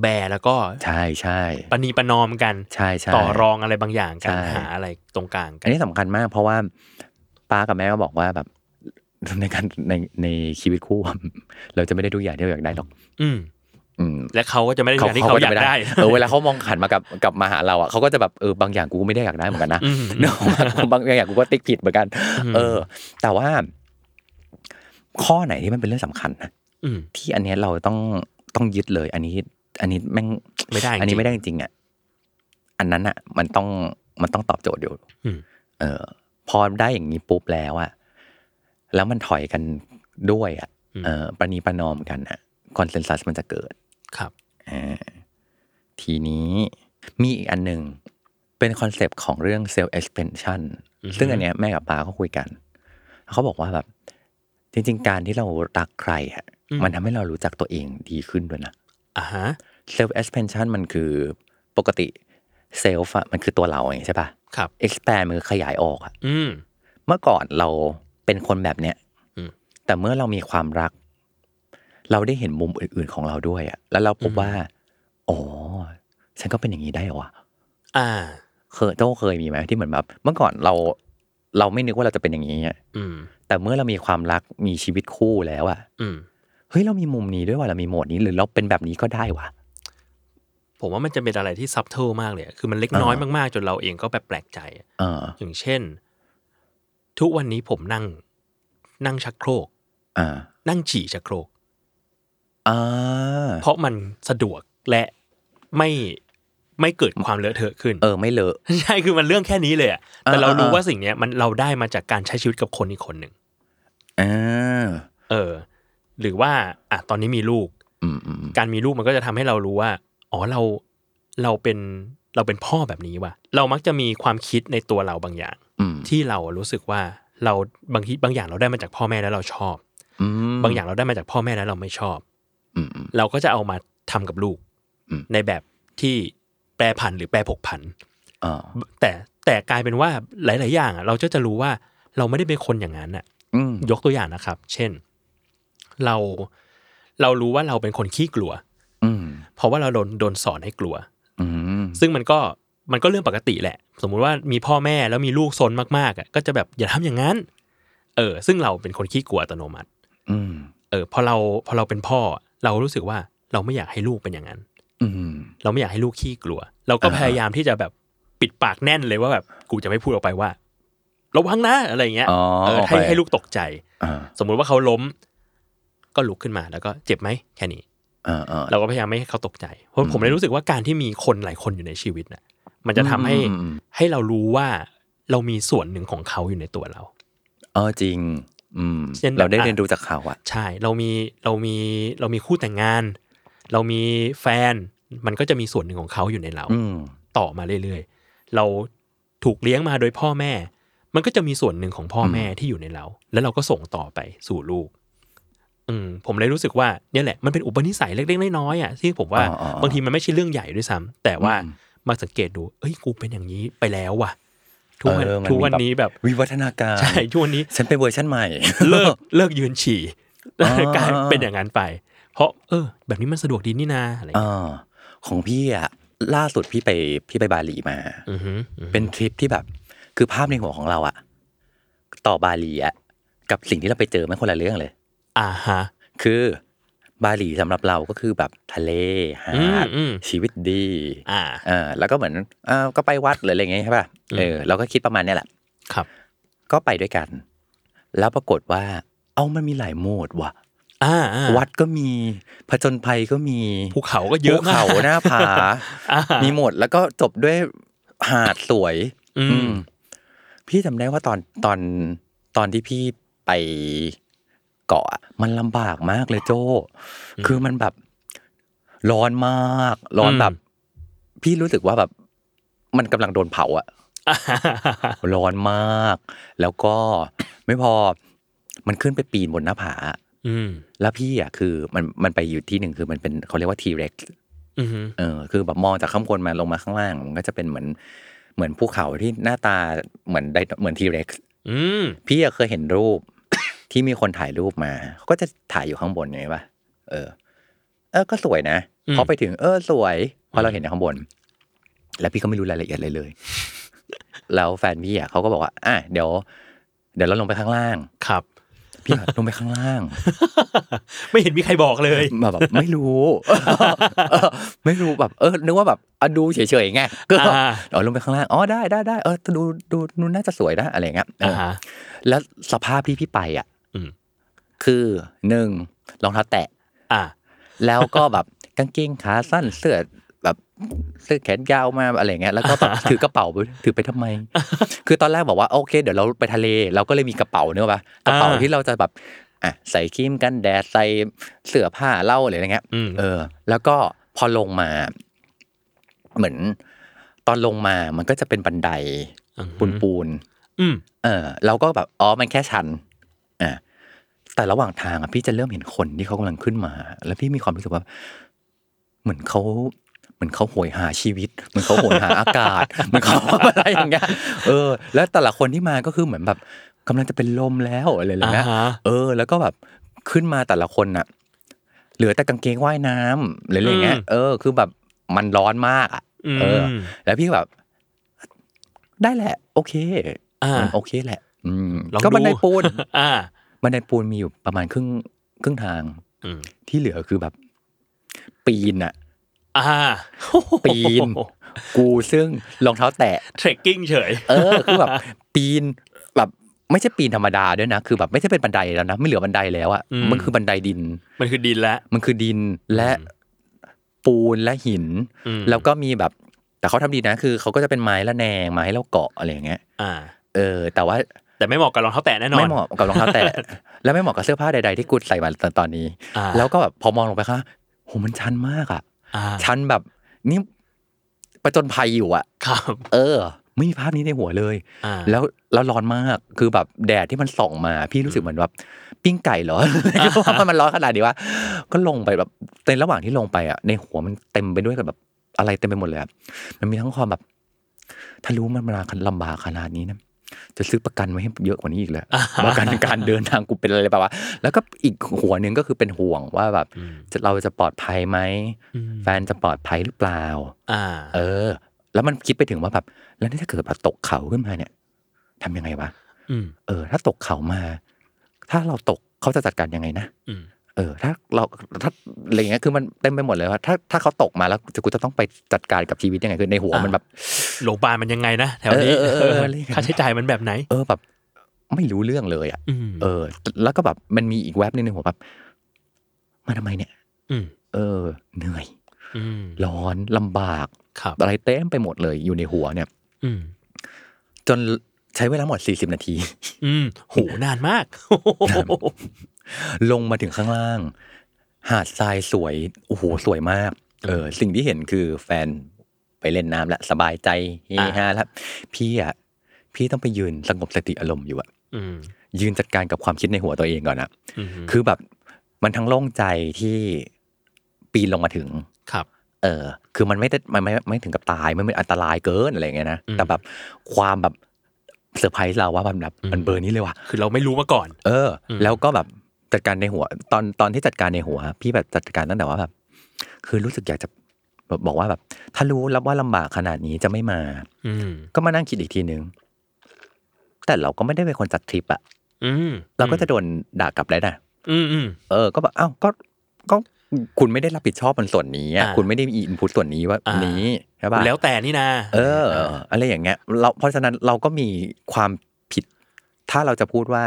Speaker 3: แบร์แล้วก็
Speaker 2: ใช่ใช่
Speaker 3: ปณีประนอมกัน
Speaker 2: ใช่ใช่
Speaker 3: ต่อรองอะไรบางอย่างกัน
Speaker 2: ใช่
Speaker 3: หาอะไรตรงกลางกั
Speaker 2: อันนี้สำคัญมากเพราะว่าป้ากับแม่ก็บอกว่าแบบ ในการในในชีวิตคู่ เราจะไม่ได้ ทุกอย่างที่เราอยากได้หรอก
Speaker 3: อืม
Speaker 2: อืม
Speaker 3: และเขาก็จะไม่ได้อย่างที่เขาอยากได้
Speaker 2: เอ อเวลาเขามองขันมากับกับมาหาเราอ่ะเขาก็จะแบบเออบางอย่างกูไม่ได้อยากได้เหมือนกันนะ
Speaker 3: อืม
Speaker 2: เนอะบางอย่างกูก็ติ๊กผิดเหมือนกัน เออ แต่ว่า ข้อไหนที่มันเป็นเรื่องสำคัญนะ
Speaker 3: อืม
Speaker 2: ที่อันเนี้ยเราต้องต้องยึดเลย อันนี้ อันนี้แม่ง
Speaker 3: ไม่ได้จริง
Speaker 2: อันนี้ไม่ได้จริงๆอ่ะอันนั้นอ่ะ มันต้องมันต้องตอบโจทย์อยู่
Speaker 3: อืม
Speaker 2: เออ พอได้อย่างนี้ปุ๊บแล้วอ่ะแล้วมันถอยกันด้วยอ่ะเออประนีประนอมกันอ่ะคอนเซนแซสมันจะเกิด
Speaker 3: ครับ
Speaker 2: อ่าทีนี้มีอีกอันหนึ่งเป็นคอนเซปต์ของเรื่องเซลล์ expansion
Speaker 3: อือฮึ
Speaker 2: ซึ่งอันเนี้ยแม่กับป้าเขาคุยกัน เขาบอกว่าแบบ จริง ๆ การที่เรารักใครอะมันทำให้เรารู้จักตัวเองดีขึ้นด้วยนะ
Speaker 3: อ่าฮะ
Speaker 2: self expansion มันคือ ปกติเซลฟ์อะมันคือตัวเราอย่างงี้ใช่ปะ
Speaker 3: ครับ
Speaker 2: expand มันคือขยายออกอะ
Speaker 3: อืม
Speaker 2: เมื่อก่อนเราเป็นคนแบบเนี้ย
Speaker 3: อืม
Speaker 2: แต่เมื่อเรามีความรัก เราได้เห็นมุมอื่นๆของเราด้วยอะแล้วเราพบว่าอ๋อฉันก็เป็นอย่างนี้ได้เหรอวะ
Speaker 3: อ่า
Speaker 2: เคยโต้เคยมีไหมที่เหมือนแบบเมื่อก่อนเราเราไม่นึกว่าเราจะเป็นอย่างนี้อะ
Speaker 3: อืม
Speaker 2: แต่เมื่อเรามีความรักมีชีวิตคู่แล้วอะ
Speaker 3: อืม
Speaker 2: เฮ้ยเรามีมุมนี้ด้วยว่ะเรามีโหมดนี้หรือเราเป็นแบบนี้ก็ได้ว่ะ
Speaker 3: ผมว่ามันจะเป็นอะไรที่ซับเทิลมากเลยอะคือมันเล็กน้อยมากๆ จนเราเองก็แบบแปลกใจอะ
Speaker 2: เออ
Speaker 3: อย่างเช่น ทุกวันนี้ผมนั่ง นั่งชักโครก
Speaker 2: อ่า
Speaker 3: นั่งฉี่ชักโครก
Speaker 2: อ่า
Speaker 3: เพราะมันสะดวกและไม่ไม่เกิดความเลอะเทอะขึ้น
Speaker 2: เออไม่เลอะ
Speaker 3: ใช่คือมันเรื่องแค่นี้เลยอะแต่เรา
Speaker 2: เออเออ
Speaker 3: รู้ว่าสิ่งเนี้ยมันเราได้มาจากการใช้ชีวิตกับคนอีกคนหนึ่ง
Speaker 2: อ่า
Speaker 3: เออ หรือว่าอ่ะตอนนี้มีลูก
Speaker 2: อืมอืม
Speaker 3: การมีลูกมันก็จะทำให้เรารู้ว่า อ๋อเราเราเป็นเราเป็นพ่อแบบนี้ว่ะ เรามักจะมีความคิดในตัวเราบางอย่าง
Speaker 2: อืม
Speaker 3: ที่เรารู้สึกว่าเราบางทีบางอย่างเราได้มาจากพ่อแม่แล้วเราชอบ
Speaker 2: อืม
Speaker 3: บางอย่างเราได้มาจากพ่อแม่แล้วเราไม่ชอบ
Speaker 2: อืมอืม
Speaker 3: เราก็จะเอามาทำกับลูก
Speaker 2: อืม
Speaker 3: ในแบบที่แปรผันหรือแปรผกผัน
Speaker 2: อ่า
Speaker 3: แต่แต่กลายเป็นว่าหลาย ๆ อย่างอะเราจะจะรู้ว่าเราไม่ได้เป็นคนอย่างนั้นอ่ะ
Speaker 2: อืม
Speaker 3: ยกตัวอย่างนะครับ เช่น เราเรารู้ว่าเราเป็นคนขี้กลัว
Speaker 2: อืม
Speaker 3: เพราะว่าเราโดนโดนสอนให้กลัว
Speaker 2: อืม
Speaker 3: ซึ่งมันก็มันก็เรื่องปกติแหละ สมมุติว่ามีพ่อแม่แล้วมีลูกซนมากๆอ่ะก็จะแบบอย่าทำอย่างนั้น เออ ซึ่งเราเป็นคนขี้กลัวอัตโนมัติ
Speaker 2: อืม
Speaker 3: เออพอเราพอเราเป็นพ่ออะเรารู้สึกว่าเราไม่อยากให้ลูกเป็นอย่างนั้น
Speaker 2: อืม
Speaker 3: เราไม่อยากให้ลูกขี้กลัว เราก็
Speaker 2: อ่า
Speaker 3: พยายามที่จะแบบปิดปากแน่นเลยว่าแบบกูจะไม่พูดออกไปว่า ระวังนะอะไรอย่างเงี้ย
Speaker 2: อ๋อ
Speaker 3: เออ
Speaker 2: โอเค
Speaker 3: ให้ให้ลูกตกใจ
Speaker 2: อ่า
Speaker 3: สมมุติว่าเขาล้ม ก็ลุกขึ้นมาแล้วก็เจ็บไหมแค่นี้
Speaker 2: อ่าอ่า
Speaker 3: เราก็พยายามไม่ให้เขาตกใจ เพราะผมเลยรู้สึกว่าการที่มีคนหลายคนอยู่ในชีวิตน่ะ มันจะทำให้
Speaker 2: อืมอืมอืม
Speaker 3: ให้เรารู้ว่าเรามีส่วนหนึ่งของเขาอยู่ในตัวเรา
Speaker 2: เออจริง อืม
Speaker 3: เช่นแบบ
Speaker 2: เราได้เรียนรู้จากเขาอะ
Speaker 3: ใช่ เรามีเรามีเรามีคู่แต่งงาน เรามีแฟน มันก็จะมีส่วนหนึ่งของเขาอยู่ในเรา
Speaker 2: อืม
Speaker 3: ต่อมาเรื่อยๆ เราถูกเลี้ยงมาโดยพ่อแม่ มันก็จะมีส่วนหนึ่งของพ่อแม่ที่อยู่ในเรา แล้วเราก็ส่งต่อไปสู่ลูก อืมผมเลยรู้สึกว่าเนี่ยแหละ มันเป็นอุปนิสัยเล็กๆ น้อยๆอ่ะที่ผมว่า
Speaker 2: อ๋ออ๋ออ๋อบ
Speaker 3: างทีมันไม่ใช่เรื่องใหญ่ด้วยซ้ำแต่ว่า
Speaker 2: อืม
Speaker 3: มาสังเกตดูเอ้ยกูเป็นอย่างนี้ไปแล้วว่ะ ทุกวัน
Speaker 2: เออมันมี
Speaker 3: ทุกวันนี้แบบ
Speaker 2: วิวัฒนาการ
Speaker 3: ใช่ทุกวันนี้
Speaker 2: ฉันเป็นเวอร์ชันใหม่
Speaker 3: เลิกเลิกยืนฉี่
Speaker 2: อ่า
Speaker 3: กลายเป็นอย่างนั้นไป เพราะเออ แบบนี้มันสะดวกดีนี่นาอะไรอย่างเงี้ย
Speaker 2: อ่าของพี่อะล่าสุดพี่ไปพี่ไปบาหลีมา
Speaker 3: อือฮึอือฮึ
Speaker 2: เป็นทริปที่แบบ คือภาพในหัวของเราอะต่อบาหลีอะกับสิ่งที่เราไปเจอมันคนละเรื่องเลย
Speaker 3: อ่าฮะ
Speaker 2: คือบาหลีสำหรับเราก็คือแบบทะเลหาด
Speaker 3: อืมอืม
Speaker 2: ชีวิตดี
Speaker 3: อ่า
Speaker 2: อ่าแล้วก็เหมือนอ่าก็ไปวัดหรืออะไรอย่างเงี้ยใช่ป่ะ
Speaker 3: อืม
Speaker 2: เออเราก็คิดประมาณเนี้ยแหละ
Speaker 3: ครับ
Speaker 2: ก็ไปด้วยกัน แล้วปรากฏว่า เอามันมีหลายโหมดว่ะ
Speaker 3: อ่าอ่า
Speaker 2: วัดก็มีผจญภัยก็มี
Speaker 3: ภูเขาก็เยอะ
Speaker 2: ภูเขา
Speaker 3: มาก
Speaker 2: หน้าผา
Speaker 3: อ่ามี
Speaker 2: มีหมดแล้วก็จบด้วยหาดสวย
Speaker 3: อืม
Speaker 2: อืม พี่จำได้ว่าตอนตอนตอนที่พี่ไปเกาะอะมันลำบากมากเลยโจคือมันแบบ ร้อนมาก ร้อนแบบ พี่รู้สึกว่าแบบ มันกำลังโดนเผาอะ ร้อนมาก แล้วก็ ไม่พอ มันขึ้นไปปีนบนหน้าผา
Speaker 3: อืม
Speaker 2: แล้วพี่อ่ะคือมันมันไปอยู่ที่หนึ่งคือมันเป็นเขาเรียกว่าทีเร็ก
Speaker 3: อืม
Speaker 2: เออคือแบบมองจากข้างบนมาลงมาข้างล่าง มันก็จะเป็นเหมือนเหมือนภูเขาที่หน้าตาเหมือนไดโนเหมือนทีเร็ก
Speaker 3: อืม
Speaker 2: พี่อะเคยเห็นรูป ที่มีคนถ่ายรูปมาเขาก็จะถ่ายอยู่ข้างบนอย่างนี้ป่ะเออ เออก็สวยนะพอไปถึงเออสวยพอเราเห็นในข้างบน แล้วพี่ก็ไม่รู้รายละเอียดเลยเลย แล้วแฟนพี่อ่ะเขาก็บอกว่าอ่ะเดี๋ยว เดี๋ยวเราลงไปข้างล่าง
Speaker 3: ครับ
Speaker 2: พี่ อะลงไปข้างล่าง
Speaker 3: ไม่เห็นมีใครบอกเลย
Speaker 2: แบบแบบไม่รู้ เออไม่รู้แบบ เออนึกว่าแบบอ่ะดูเฉยๆไง ก็
Speaker 3: อ่า
Speaker 2: เออลงไปข้างล่างอ๋อได้ได้ได้เออดูดูนูนน่าจะสวยนะอะไรเงี้ยเอ
Speaker 3: อ่า
Speaker 2: ออ
Speaker 3: ฮะ
Speaker 2: แล้วสภาพที่พี่ไปอ่ะ
Speaker 3: อืม
Speaker 2: คือหนึ่งรองเท้าแตะ
Speaker 3: อ่า
Speaker 2: แล้วก็แบบ กางเกงขาสั้นเสื้อแบบเสื้อแขนยาวมาอะไรเงี้ยแล้วก็ แบบถือกระเป๋าไปถือไปทำไม คือตอนแรกบอกว่าโอเค เดี๋ยวเราไปทะเล เราก็เลยมีกระเป๋าเนอะปะกระเป๋า
Speaker 3: อ่า
Speaker 2: ที่เราจะแบบอ่ะใส่ครีมกันแดดใส่เสื้อผ้าเล่าอะไรเงี้ย
Speaker 3: อืม
Speaker 2: เออ แล้วก็พอลงมา เหมือน ตอนลงมามันก็จะเป็นบันไดปูนปูน
Speaker 3: อืม
Speaker 2: ๆเออ เราก็แบบอ๋อมันแค่ชันอ่ะแต่ระหว่างทางอ่ะพี่จะเริ่มเห็นคนที่เขากำลังขึ้นมา แล้วพี่มีความรู้สึกว่า เหมือนเขา เหมือนเขาโหยหาชีวิตเหมือนเขาโหยหาอากาศ เหมือนเขาอะไรอย่างเงี้ยเออ แล้วแต่ละคนที่มาก็คือเหมือนแบบกำลังจะเป็นลมแล้วอะไรอย่างเงี้ย
Speaker 3: อ่าฮะ
Speaker 2: เออแล้วก็แบบขึ้นมาแต่ละคนน่ะ เหลือแต่กางเกงว่ายน้ำหรืออะไรเงี้ย
Speaker 3: อืม
Speaker 2: เออ คือแบบมันร้อนมากอ่ะ
Speaker 3: อืม
Speaker 2: เออ แล้วพี่ก็แบบ ได้แหละ โอเค
Speaker 3: อ่า
Speaker 2: มันโอเคแหละ อืม
Speaker 3: ลองดู
Speaker 2: ก็บันไดปู น
Speaker 3: อ่า
Speaker 2: บันไดปูนมีอยู่ประมาณครึ่งครึ่งทาง
Speaker 3: อืม
Speaker 2: ที่เหลือคือแบบ ปีนอ่ะ
Speaker 3: อ่า
Speaker 2: ปีน กูซึ่งรองเท้าแตะ
Speaker 3: เทรคกิ้งเฉย
Speaker 2: เออคือแบบปีนแบบไม่ใช่ปีนธรรมดาด้วยนะคือแบบไม่ใช่เป็นบันไดแล้วนะไม่เหลือบันไดแล้วอ่ะ
Speaker 3: อืม
Speaker 2: มันคือบันไดดิน
Speaker 3: มันคือดินแล้ว
Speaker 2: มันคือดินและ
Speaker 3: อืม
Speaker 2: ปูนและหิน
Speaker 3: อืม
Speaker 2: แล้วก็มีแบบ แต่เขาทำดีนะคือเขาก็จะเป็นไม้ละแนงไม้ให้เราเกาะอะไรอย่างเงี้ย
Speaker 3: อ่า
Speaker 2: เออ แต่ว่า
Speaker 3: แต่ไม่เหมาะกับรองเท้าแตะแน่นอน
Speaker 2: ไม่เหมาะกับรองเท้าแตะ และไม่เหมาะกับเสื้อผ้าใด ๆ ที่กูใส่มาตอนตอนนี้
Speaker 3: อ่า
Speaker 2: แล้วก็แบบพอมองลงไปค่ะโหมันชันมากอ่ะ
Speaker 3: อ่า
Speaker 2: ชันแบบนี่ประจนภัยอยู่อ่ะ
Speaker 3: ครับ
Speaker 2: เออ ไม่มีภาพนี้ในหัวเลย
Speaker 3: อ่า
Speaker 2: แล้วแล้วร้อนมากคือแบบแดดที่มันส่องมา พี่รู้สึกเหมือนแบบปิ้งไก่เหรอ ก็ว่ามันร้อนขนาดนี้วะก็ลงไปแบบในระหว่างที่ลงไปอ่ะในหัวมันเต็มไปด้วยกับแบบ อะไรเต็มไปหมดเลยอะมันมีทั้งความแบบ ถ้ารู้มันมาลำบากขนาดนี้นะจะซื้อประกันไว้ให้เยอะกว่านี้อีกเลย
Speaker 3: อ่า
Speaker 2: ประกันการเดินทางกูเป็นอะไรแบบวะแล้วก็อีกหัวหนึ่งก็คือเป็นห่วงว่าแบบ
Speaker 3: อืม
Speaker 2: จะเราจะปลอดภัยไหม
Speaker 3: อืม
Speaker 2: แฟนจะปลอดภัยหรือเปล่า
Speaker 3: อ่า
Speaker 2: เออ แล้วมันคิดไปถึงว่าแบบ แล้วนี่ถ้าเกิดแบบตกเขาขึ้นมาเนี่ยทำยังไงวะ
Speaker 3: อืม
Speaker 2: เออ ถ้าตกเขามา ถ้าเราตกเขาจะจัดการยังไงนะ
Speaker 3: อืม
Speaker 2: เออ ถ้าเราถ้าอะไรเงี้ย คือมันเต็มไปหมดเลยว่า ถ้าถ้าเขาตกมาแล้วจะกูจะต้องไปจัดการกับชีวิตยังไง คือในหัวมันแบบ
Speaker 3: โรงพยาบาลมันยังไงนะแถวนี้
Speaker 2: เออเออเออเออเรียก
Speaker 3: ค่าใช้จ่ายมันแบบไหน
Speaker 2: เออแบบ ไม่รู้เรื่องเลยอ่ะ
Speaker 3: อืม
Speaker 2: เออ แล้วก็แบบมันมีอีกแวบหนึงในหัวแบบ มาทำไมเนี่ย
Speaker 3: อืม
Speaker 2: เออ เหนื่อย
Speaker 3: อืม
Speaker 2: ร้อนลำบาก
Speaker 3: ครับ
Speaker 2: อะไรเต็มไปหมดเลย อยู่ในหัวเนี่ย
Speaker 3: อืม
Speaker 2: จนใช้เวลาหมดสี่สิบนาที
Speaker 3: อืมโหนานมาก
Speaker 2: ลงมาถึงข้างล่าง หาดทรายสวย โอ้โห สวยมาก เออ สิ่งที่เห็นคือแฟนไปเล่นน้ำละสบายใจเฮฮาละพี่อ่ะ พี่ต้องไปยืนสงบสติอารมณ์อยู่อะ
Speaker 3: อืม
Speaker 2: ยืนจัดการกับความคิดในหัวตัวเองก่อนอะ
Speaker 3: อืม
Speaker 2: คือแบบมันทั้งโล่งใจที่ปีนลงมาถึง
Speaker 3: ครับ
Speaker 2: เออ คือมันไม่ได้มันไม่ไม่ถึงกับตายมันไม่อันตรายเกินอะไรอย่างเงี้ยนะ
Speaker 3: อืม
Speaker 2: แต่แบบความแบบเซอร์ไพรส์เราว่ามันแบบ
Speaker 3: อืม
Speaker 2: มันเบอร์นี้เลยว่ะ
Speaker 3: คือเราไม่รู้มาก่อน
Speaker 2: เออ
Speaker 3: อืม
Speaker 2: แล้วก็แบบจัดการในหัว ตอนตอนที่จัดการในหัว พี่แบบจัดการตั้งแต่ว่าแบบ คือรู้สึกอยากจะแบบบอกว่าแบบ ถ้ารู้แล้วว่าลำบากขนาดนี้จะไม่มา
Speaker 3: อืม
Speaker 2: ก็มานั่งคิดอีกทีนึง แต่เราก็ไม่ได้เป็นคนจัดทริปอะ
Speaker 3: อืม
Speaker 2: เราก็จะโดนด่ากลับได้นะ
Speaker 3: อืมอืม
Speaker 2: เออ ก็แบบอ้าวก็ก็คุณไม่ได้รับผิดชอบมันส่วนนี้อะ
Speaker 3: อ่า
Speaker 2: คุณไม่ได้มีอินพุตส่วนนี้ว่า
Speaker 3: อ่านี้
Speaker 2: นี้ใช่ปะ
Speaker 3: แล้วแต่นี่นะ
Speaker 2: เออ อะไรอย่างเงี้ยเราเพราะฉะนั้นเราก็มีความผิด ถ้าเราจะพูดว่า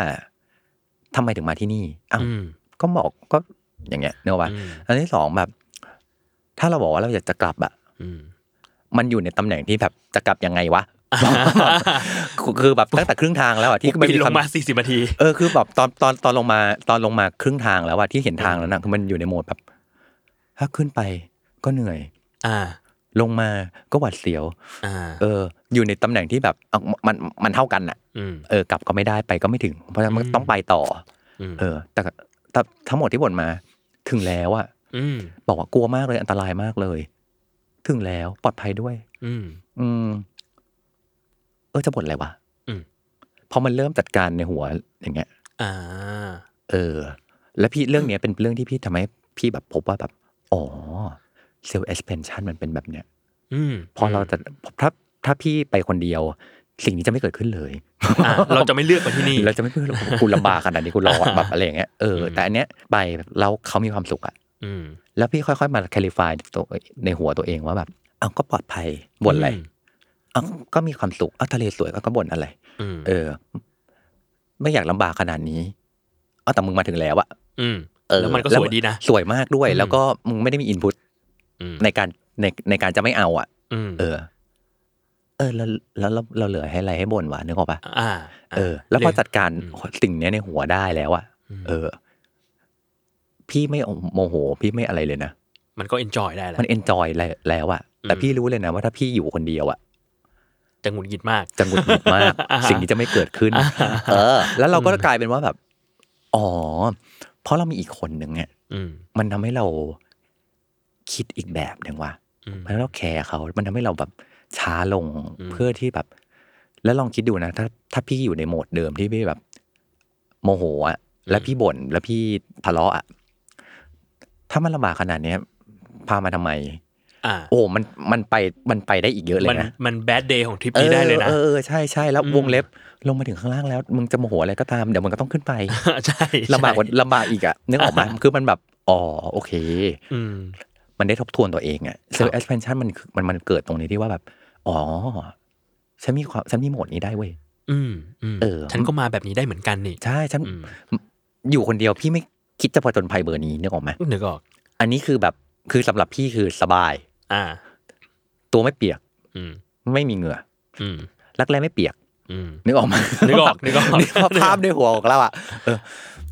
Speaker 2: ทำไมถึงมาที่นี่อ้าว
Speaker 3: อืม
Speaker 2: ก็บอกก็อย่างเงี้ยเนกอะวะ
Speaker 3: อืม
Speaker 2: อันที่สองแบบ ถ้าเราบอกว่าเราอยากจะกลับอะ
Speaker 3: อืม
Speaker 2: มันอยู่ในตำแหน่งที่แบบจะกลับยังไงวะ คือแบบตั้งแต่ครึ่งทางแล้วอะที่
Speaker 3: ที่มัน
Speaker 2: คำ
Speaker 3: ลงมาสี่สิบนาที
Speaker 2: เออคือแบบตอนตอนตอนลงมา ตอนลงมาครึ่งทางแล้วอะที่เห็นทางแล้วนะคือมันอยู่ในโหมดแบบ ถ้าขึ้นไปก็เหนื่อย
Speaker 3: อ่า
Speaker 2: ลงมาก็หวาดเสียว
Speaker 3: อ่า
Speaker 2: เออ อยู่ในตำแหน่งที่แบบเอามันมันเท่ากันอะ
Speaker 3: อืม
Speaker 2: เออกลับก็ไม่ได้ไปก็ไม่ถึง เพราะฉะนั้นมัน
Speaker 3: อืม
Speaker 2: ต้องไปต่อ
Speaker 3: อืม
Speaker 2: เออ แต่แต่ทั้งหมดที่บ่นมา ถึงแล้วอะ
Speaker 3: อืม
Speaker 2: บอกว่ากลัวมากเลยอันตรายมากเลย ถึงแล้วปลอดภัยด้วย
Speaker 3: อืม
Speaker 2: อืม เออจะบ่นอะไรวะ
Speaker 3: อืม
Speaker 2: พอมันเริ่มจัดการในหัวอย่างเงี้ย
Speaker 3: อ่า
Speaker 2: เออ และพี่เรื่องเนี้ยเป็นเรื่องที่พี่ทำให้พี่แบบพบว่าแบบ อ๋อเซลล์เอ็กซ์เพนชันมันเป็นแบบเนี้ย
Speaker 3: อืม
Speaker 2: พอเราจะถ้าถ้าพี่ไปคนเดียว สิ่งนี้จะไม่เกิดขึ้นเลย
Speaker 3: อ่าเราจะไม่เลือกมาที่นี่
Speaker 2: เราจะไม่พูดหรอกกูลำบากขนาดนี้กูรอดแบบอะไรอย่างเงี้ยเอออ
Speaker 3: ม
Speaker 2: แต่อันเนี้ยไปแล้วเขามีความสุขอะ
Speaker 3: อืม
Speaker 2: แล้วพี่ค่อยๆมาคลิฟายตัวในหัวตัวเองว่าแบบเอาก็ปลอดภัยบ่นอะไรเอาก็มีความสุขเอาทะเลสวยก็ก็บ่นอะไร
Speaker 3: อืม
Speaker 2: เออ ไม่อยากลำบากขนาดนี้เอาแต่มึงมาถึงแล้วอะ
Speaker 3: อืม
Speaker 2: เออ
Speaker 3: แล้วมันก็สวยดีนะ
Speaker 2: สวยมากด้วย
Speaker 3: อืม
Speaker 2: แล้วก็มึงไม่ได้มีอินพุต
Speaker 3: อืม
Speaker 2: ในการในในการจะไม่เอาอะ
Speaker 3: อืม
Speaker 2: เออ เออแล้วแล้วแล้วเราเหลือให้อะไรให้บ่นวะนึกออกปะ
Speaker 3: อ่า
Speaker 2: เออ แล้วพอจัดการ
Speaker 3: อืม
Speaker 2: สิ่งเนี้ยในหัวได้แล้วอะ เออ พี่ไม่โมโห พี่ไม่อะไรเลยนะ
Speaker 3: มันก็เอนจอยได้แหละ
Speaker 2: มันเอนจอยแล้วอะแต่
Speaker 3: อืม
Speaker 2: พี่รู้เลยนะว่าถ้าพี่อยู่คนเดียวอะ
Speaker 3: จะหงุดหงิดมาก
Speaker 2: จะหงุดหงิดมาก
Speaker 3: อ่าฮะ
Speaker 2: สิ่งนี้จะไม่เกิดขึ้น
Speaker 3: อ่าฮะ
Speaker 2: เออ แล้วเราก็กลายเป็นว่าแบบ อ๋อ เพราะเรามีอีกคนหนึ่งเนี่ย
Speaker 3: อืม
Speaker 2: มันทำให้เราคิดอีกแบบหนึ่งว่า
Speaker 3: อืม
Speaker 2: เพราะฉะนั้นเราแคร์เขา มันทำให้เราแบบช้าลง
Speaker 3: อืม
Speaker 2: เพื่อที่แบบ แล้วลองคิดดูนะ ถ้าถ้าพี่อยู่ในโหมดเดิมที่พี่แบบ โมโหอะแล้วพี่บ่นแล้วพี่ทะเลาะอะถ้ามันลำบากขนาดเนี้ยพามาทำไม
Speaker 3: อ่า
Speaker 2: โอ้ มัน มันไป มันไปได้อีกเยอะเล
Speaker 3: มั
Speaker 2: ย
Speaker 3: น
Speaker 2: นะ
Speaker 3: มันแบดเดย์ของทริปนี้ได้เลยนะ
Speaker 2: ออออออใช่ใช่แล้ว
Speaker 3: อืม
Speaker 2: วงเล็บลงมาถึงข้างล่างแล้ว มึงจะโมโหอะไรก็ตาม เดี๋ยวมันก็ต้องขึ้นไป
Speaker 3: ใช่
Speaker 2: ลำบากกว่าลำบากอีกอะนึกออกไหมคือมันแบบ อ๋อ โอเค
Speaker 3: อืม
Speaker 2: มันได้ทบทวนตัวเองอะ self expansion มันคือมันมันเกิดตรงนี้ที่ว่าแบบ อ๋อ ฉันมีความฉันมีโหมดนี้ได้เว้ย
Speaker 3: อืมอืม
Speaker 2: เออ
Speaker 3: ฉันก็มาแบบนี้ได้เหมือนกันนี่
Speaker 2: ใช่ฉัน
Speaker 3: อืม
Speaker 2: อยู่คนเดียวพี่ไม่คิดจะผจญภัยเบอร์นี้นึกออกไหม
Speaker 3: นึกออก
Speaker 2: อันนี้คือแบบคือสำหรับพี่คือสบาย
Speaker 3: อ่า
Speaker 2: ตัวไม่เปียก
Speaker 3: อืม
Speaker 2: ไม่มีเหงื่อ
Speaker 3: อืม
Speaker 2: รักแร้ไม่เปียก
Speaker 3: อืม
Speaker 2: นึกออกไหม
Speaker 3: นึกออกนึกออก
Speaker 2: ภาพภา พในหัวของเราอ่ะเออ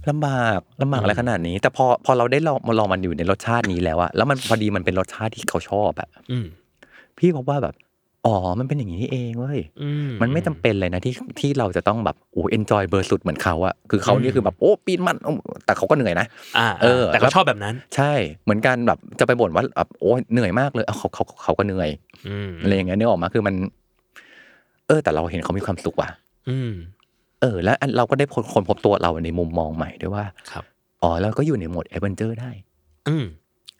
Speaker 2: ลำบากลำบากอะไรขนาดนี้ แต่พอพอเราได้ลองมาลองมันอยู่ในรสชาตินี้แล้วอะแล้วมันพอดีมันเป็นรสชาติที่เขาชอบอะ
Speaker 3: อืม
Speaker 2: พี่พบว่าแบบอ๋อมันเป็นอย่างนี้เองเว้ย
Speaker 3: อื
Speaker 2: มันไม่จำเป็นเลยนะที่ที่เราจะต้องแบบโอ้เอนจอยเบอร์สุดเหมือนเขาอะคือเขานี่คือแบบโอ้ปีนมันโอ้แต่เขาก็เหนื่อยนะ
Speaker 3: อ่า
Speaker 2: เออ
Speaker 3: แต่
Speaker 2: แล้
Speaker 3: ก็
Speaker 2: ว
Speaker 3: ชอบแบบนั้น
Speaker 2: ใช่เหมือนกันแบบจะไปบ่นว่าแบบโอ้เหนื่อยมากเลยเอาเขาเขาเขาก็เหนื่อย
Speaker 3: อืม
Speaker 2: อะไรอย่างเงี้ยนึกออกมาคือมัน เออ แต่เราเห็นเขามีความสุขว่ะ
Speaker 3: อืม
Speaker 2: เออแล้วอันเราก็ได้คนพบตัวเราในมุมมองใหม่ด้วยว่า
Speaker 3: ครับ
Speaker 2: อ๋อเราก็อยู่ในโหมดแอดเวนเจอร์ได้
Speaker 3: อืม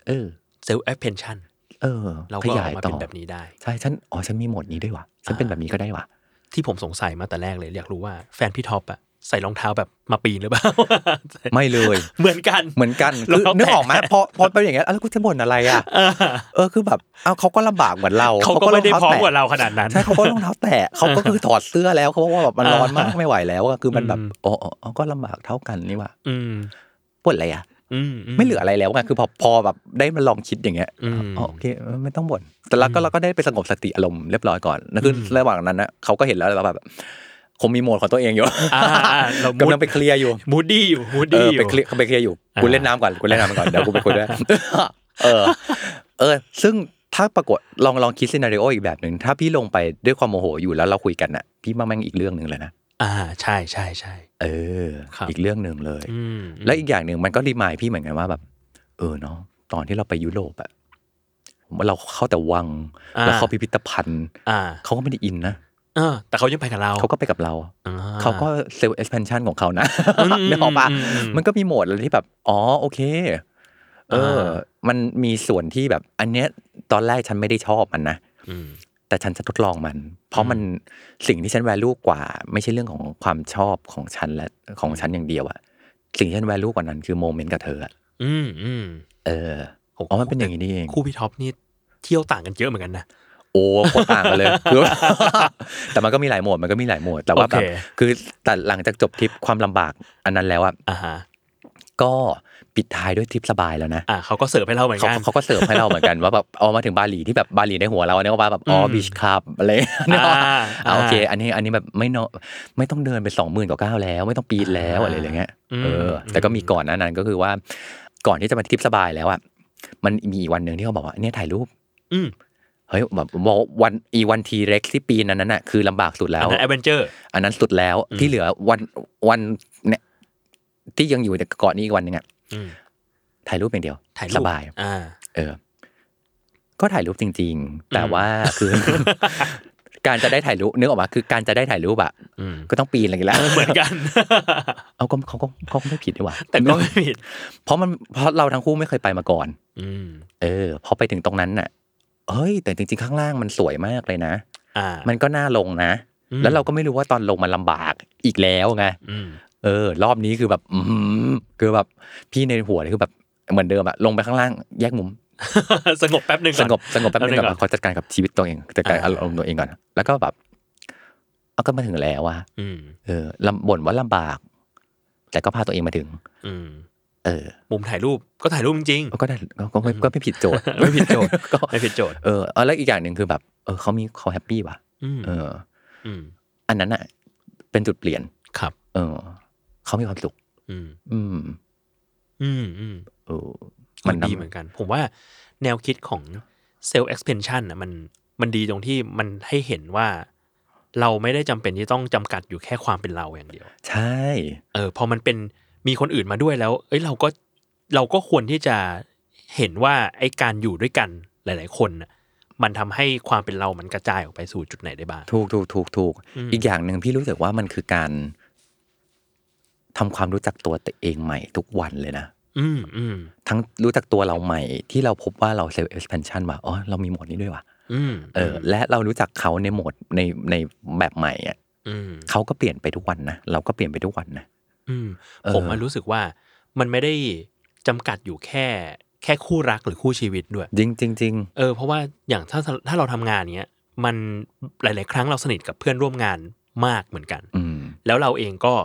Speaker 2: เออ
Speaker 3: เซลล์แอปเพนชั่น
Speaker 2: เออ
Speaker 3: เราก็อย
Speaker 2: ขาย
Speaker 3: อกมา
Speaker 2: ต่
Speaker 3: เป็
Speaker 2: อน
Speaker 3: แบบนี้ได้
Speaker 2: ใช่ฉันอ๋อฉันมีโหมดนี้ด้วยว่ะฉัน
Speaker 3: อ่า
Speaker 2: เป็นแบบนี้ก็ได้ว่ะ
Speaker 3: ที่ผมสงสัยมาแต่แรกเลย อยากรู้ว่าแฟนพี่ท็อปอะใส่รองเท้าแบบมาปีนหรือเปล่า
Speaker 2: ไม่เลย
Speaker 3: เหมือนกัน
Speaker 2: เหมือนกันคือ
Speaker 3: เราแปลก
Speaker 2: นึกออกไหมพอพอเป็นอย่างเงี้ยแล้วกูจะบ่นอะไรอ่ะ
Speaker 3: อ่า
Speaker 2: เออคือแบบเอาเขาก็ลำบากเหมือนเรา
Speaker 3: เขาก็ไม่ได้พร้อม
Speaker 2: แตะ
Speaker 3: กว่าเราขนาดนั้น
Speaker 2: ใช่เขาก็รองเท้าแตะเขาก็คือถอดเสื้อแล้วเขาบอกว่าแบบมันร้อนมาก
Speaker 3: อ่า
Speaker 2: ไม่ไหวแล้วอะคือมันแบบ
Speaker 3: อืม
Speaker 2: อ๋ออ๋ออ๋อก็ลำบากเท่ากันนี่ว่ะ
Speaker 3: อืม
Speaker 2: ปวดอะไรอ่ะ
Speaker 3: อืม
Speaker 2: ไม่เหลืออะไรแล้วไงคือพอพอแบบได้มาลองคิดอย่างเงี้ย
Speaker 3: อืม
Speaker 2: อ๋อโอเคเออไม่ต้องบ่นแต่เราก็เราก็ได้ไปสงบสติอารมณ์เรียบร้อยก่อนแล้วคืออ
Speaker 3: ม
Speaker 2: ระหว่างนั้นนะเขาก็เห็นแล้วเราแบบคงมีโหมดของตัวเองอยู่
Speaker 3: อ่าอ่าเรา
Speaker 2: กำลังไปเคลียร์อยู่
Speaker 3: มูดดี้อยู่มูด
Speaker 2: เอ
Speaker 3: ดี้
Speaker 2: อ
Speaker 3: อยู่
Speaker 2: ไปเคลียร์ไปเคลียร์อยู่
Speaker 3: อ่ากู
Speaker 2: กูเล่นน้ำก่อน กูเล่นน้ำก่อน เดี๋ยวกูไปคุย ด้วย เออ เออ ซึ่งถ้าปรากฏลองลองคิดซีนารีโออีกแบบหนึ่ง ถ้าพี่ลงไปด้วยความโมโหอยู่แล้วเราคุยกันน่ะ พี่มาแม่งอีกเรื่องหนึ่งเลยนะ
Speaker 3: อ่าใช่ใช่ใช่
Speaker 2: เออ
Speaker 3: ครับ
Speaker 2: อีกเรื่องหนึ่งเลย
Speaker 3: อืม
Speaker 2: และอีกอย่างหนึ่งมันก็รีมายพี่เหมือนกันว่าแบบ เออเนาะ ตอนที่เราไปยุโรปอะเราเข้าแต่วัง
Speaker 3: อ่
Speaker 2: แล้วเข้าพิพิธภัณฑ์
Speaker 3: อ่า
Speaker 2: เขาก็ไม่ได้อินนะ
Speaker 3: เออ แต่เขายังไปกับเรา
Speaker 2: เขาก็ไปกับเรา
Speaker 3: อ่
Speaker 2: เขาก็เซลล์ expansion ของเขานะ
Speaker 3: อืม
Speaker 2: นึกออกปะ
Speaker 3: อืมอืม
Speaker 2: มันก็มีโหมดอะไรที่แบบ อ๋อ โอเค เออ
Speaker 3: า
Speaker 2: มันมีส่วนที่แบบ อันเนี้ย ตอนแรกฉันไม่ได้ชอบมันนะ
Speaker 3: อืม
Speaker 2: แต่ฉันจะทดลองมัน เพราะมันสิ่งที่ฉัน value กว่า ไม่ใช่เรื่องของความชอบของฉันและของฉันอย่างเดียวอะสิ่งที่ฉัน value กว่านั้นคือโมเมนต์กับเธออะ
Speaker 3: อืมอืม
Speaker 2: เออ อ๋อ มันเป็นอย่างนี้นี่เอง
Speaker 3: คู่พี่ท็อปนี่เที่ยวต่างกันเยอะเหมือนกันนะ
Speaker 2: โอ้โคตรต่างกันเลยคือ แต่มันก็มีหลายโหมด มันก็มีหลายโหมด แต่ว่าแบบ
Speaker 3: โอเค
Speaker 2: คือแต่หลังจากจบทริปความลำบากอันนั้นแล้วอะ
Speaker 3: อ่าฮะ
Speaker 2: ก็ปิดท้ายด้วยทริปสบายแล้วนะ
Speaker 3: อ่าเขาก็เสิร์ฟให้เราเหมือน
Speaker 2: เขา
Speaker 3: กัน
Speaker 2: เขาก็เสิร์ฟให้เราเหมือนกัน ว่าแบบเอามาถึงบาหลีที่แบบบาหลีในหัวเราเนี่ยว่าแบบอ๋ออ
Speaker 3: ม
Speaker 2: บีชคลับอะไรเนี่ย
Speaker 3: อ่า
Speaker 2: อ่ะโอเค อันนี้อันนี้แบบไม่เนาะไม่ต้องเดินไปสองหมื่นกว่าก้าวแล้ว ไม่ต้องปีนแล้วอะไรอย่างเงี้ย
Speaker 3: ม
Speaker 2: เออ แต่ก็มีก่อนหนานั้นก็คือว่า ก่อนที่จะมาทริปสบายแล้วอ่ะมันมีอีกวันหนึ่งที่เขาบอกว่าเนี่ยถ่ายรูป
Speaker 3: อืม
Speaker 2: เฮ้ยแบบบอกวันอีวันทีเร็กที่ปีนอันนั้นน่ะคือลำบากสุดแล้
Speaker 3: อัน
Speaker 2: ว
Speaker 3: นั้นแอดเวนเจอร์
Speaker 2: อันนั้นสุดแล้ว
Speaker 3: อืม
Speaker 2: ที่เหลือวันวันเนี่ยที่ยังอยู่แต่เกาะนี้อีกวันหนึ่งอะ
Speaker 3: อืม
Speaker 2: ถ่ายรูปอย่างเดียว
Speaker 3: ถ่ายรูป
Speaker 2: สบาย
Speaker 3: อ่า
Speaker 2: เออ ก็ถ่ายรูปจริง ๆ แต่ว่าคือ การจะได้ถ่ายรูปนึกออกมาคือการจะได้ถ่ายรูปอะ
Speaker 3: อืม
Speaker 2: ก็ต้องปีนอะไรกันแล้ว
Speaker 3: เหมือนกัน
Speaker 2: เอาก็เขาก็เขาก็ไม่ผิดดีกว่า
Speaker 3: แต่ก็ไม่ผิด
Speaker 2: เพราะมันเพราะเราทั้งคู่ไม่เคยไปมาก่อน
Speaker 3: อืม
Speaker 2: เออพอไปถึงตรงนั้นน่ะเฮ้ย แต่จริง ๆ ข้างล่างมันสวยมากเลยนะ
Speaker 3: อ่า
Speaker 2: มั
Speaker 3: มัน
Speaker 2: ก็น่าลงนะ แล้วเราก็ไม่รู้ว่าตอนลงมันลำบากอีกแล้วไง
Speaker 3: อืม
Speaker 2: เออ รอบนี้คือแบบ อือหือคือแบบพี่ในหัวเลยคือแบบเหมือนเดิมอะลงไปข้างล่างแยกมุม
Speaker 3: สงบแป๊บหนึ่ง
Speaker 2: ส
Speaker 3: ก่อน
Speaker 2: งบสงบแป๊บนึง
Speaker 3: แป๊
Speaker 2: ก่
Speaker 3: บนึงก่
Speaker 2: อ
Speaker 3: อน
Speaker 2: นขอจัดการกับชีวิตตัวเองจัดการ
Speaker 3: อ่า
Speaker 2: อารมณ์ตัวเองก่อน แล้วก็แบบเอาก็มาถึงแล้วอะ
Speaker 3: อืม
Speaker 2: เออลำบ่นว่าลำบาก แต่ก็พาตัวเองมาถึง
Speaker 3: อืม
Speaker 2: เออ
Speaker 3: มุมถ่ายรูปก็ถ่ายรูปจริง
Speaker 2: ก็ได้ก็ก็ไม่ก็ไม่ผิดโจทย์
Speaker 3: ไม่ผิดโจทย์
Speaker 2: ก็
Speaker 3: ๆไม่ผิดโจทย์
Speaker 2: เออเอาแล้วอีกอย่างหนึ่งคือแบบ เออเขามีเขาแฮปปี้ว่ะ
Speaker 3: อืม
Speaker 2: เออ
Speaker 3: อืม
Speaker 2: อันนั้นอะเป็นจุดเปลี่ยน
Speaker 3: ครับ
Speaker 2: เออเขามีความสุข
Speaker 3: อืม
Speaker 2: อืม
Speaker 3: อืมอืม
Speaker 2: เออ
Speaker 3: มันดี
Speaker 2: ำ
Speaker 3: เหมือนกัน ผมว่าแนวคิดของเซลล์ expansion นะมันมันดีตรงที่มันให้เห็นว่า เราไม่ได้จำเป็นที่ต้องจำกัดอยู่แค่ความเป็นเราอย่างเดียว
Speaker 2: ใช่
Speaker 3: เออพอมันเป็นมีคนอื่นมาด้วยแล้ว เอ้ยเราก็เราก็ควรที่จะเห็นว่าไอ้การอยู่ด้วยกันหลาย ๆ คนน่ะ มันทำให้ความเป็นเรามันกระจายออกไปสู่จุดไหนได้บ้าง
Speaker 2: ถูกถูกถูกถูก
Speaker 3: อืม
Speaker 2: อีกอย่างหนึ่งพี่รู้สึกว่ามันคือการทำความรู้จักตัวตัวเองใหม่ทุกวันเลยนะ
Speaker 3: อืมอืม
Speaker 2: ทั้งรู้จักตัวเราใหม่ที่เราพบว่าเราเซลล์ expansion ว่าอ๋อเรามีโหมดนี้ด้วยว่ะ
Speaker 3: อืม
Speaker 2: เออ และเรารู้จักเขาในโหมดในในแบบใหม่อ่ะ
Speaker 3: อืม
Speaker 2: เขาก็เปลี่ยนไปทุกวันนะเราก็เปลี่ยนไปทุกวันนะ
Speaker 3: อืม
Speaker 2: เออ
Speaker 3: ผมอะรู้สึกว่ามันไม่ได้จำกัดอยู่แค่ แค่คู่รักหรือคู่ชีวิตด้วย
Speaker 2: จริงจริงจริง
Speaker 3: เออเพราะว่าอย่างถ้าถ้าเราทำงานเนี้ยมันหลาย ๆ ครั้งเราสนิทกับเพื่อนร่วมงานมากเหมือนกัน
Speaker 2: อืม
Speaker 3: แล้วเราเองก็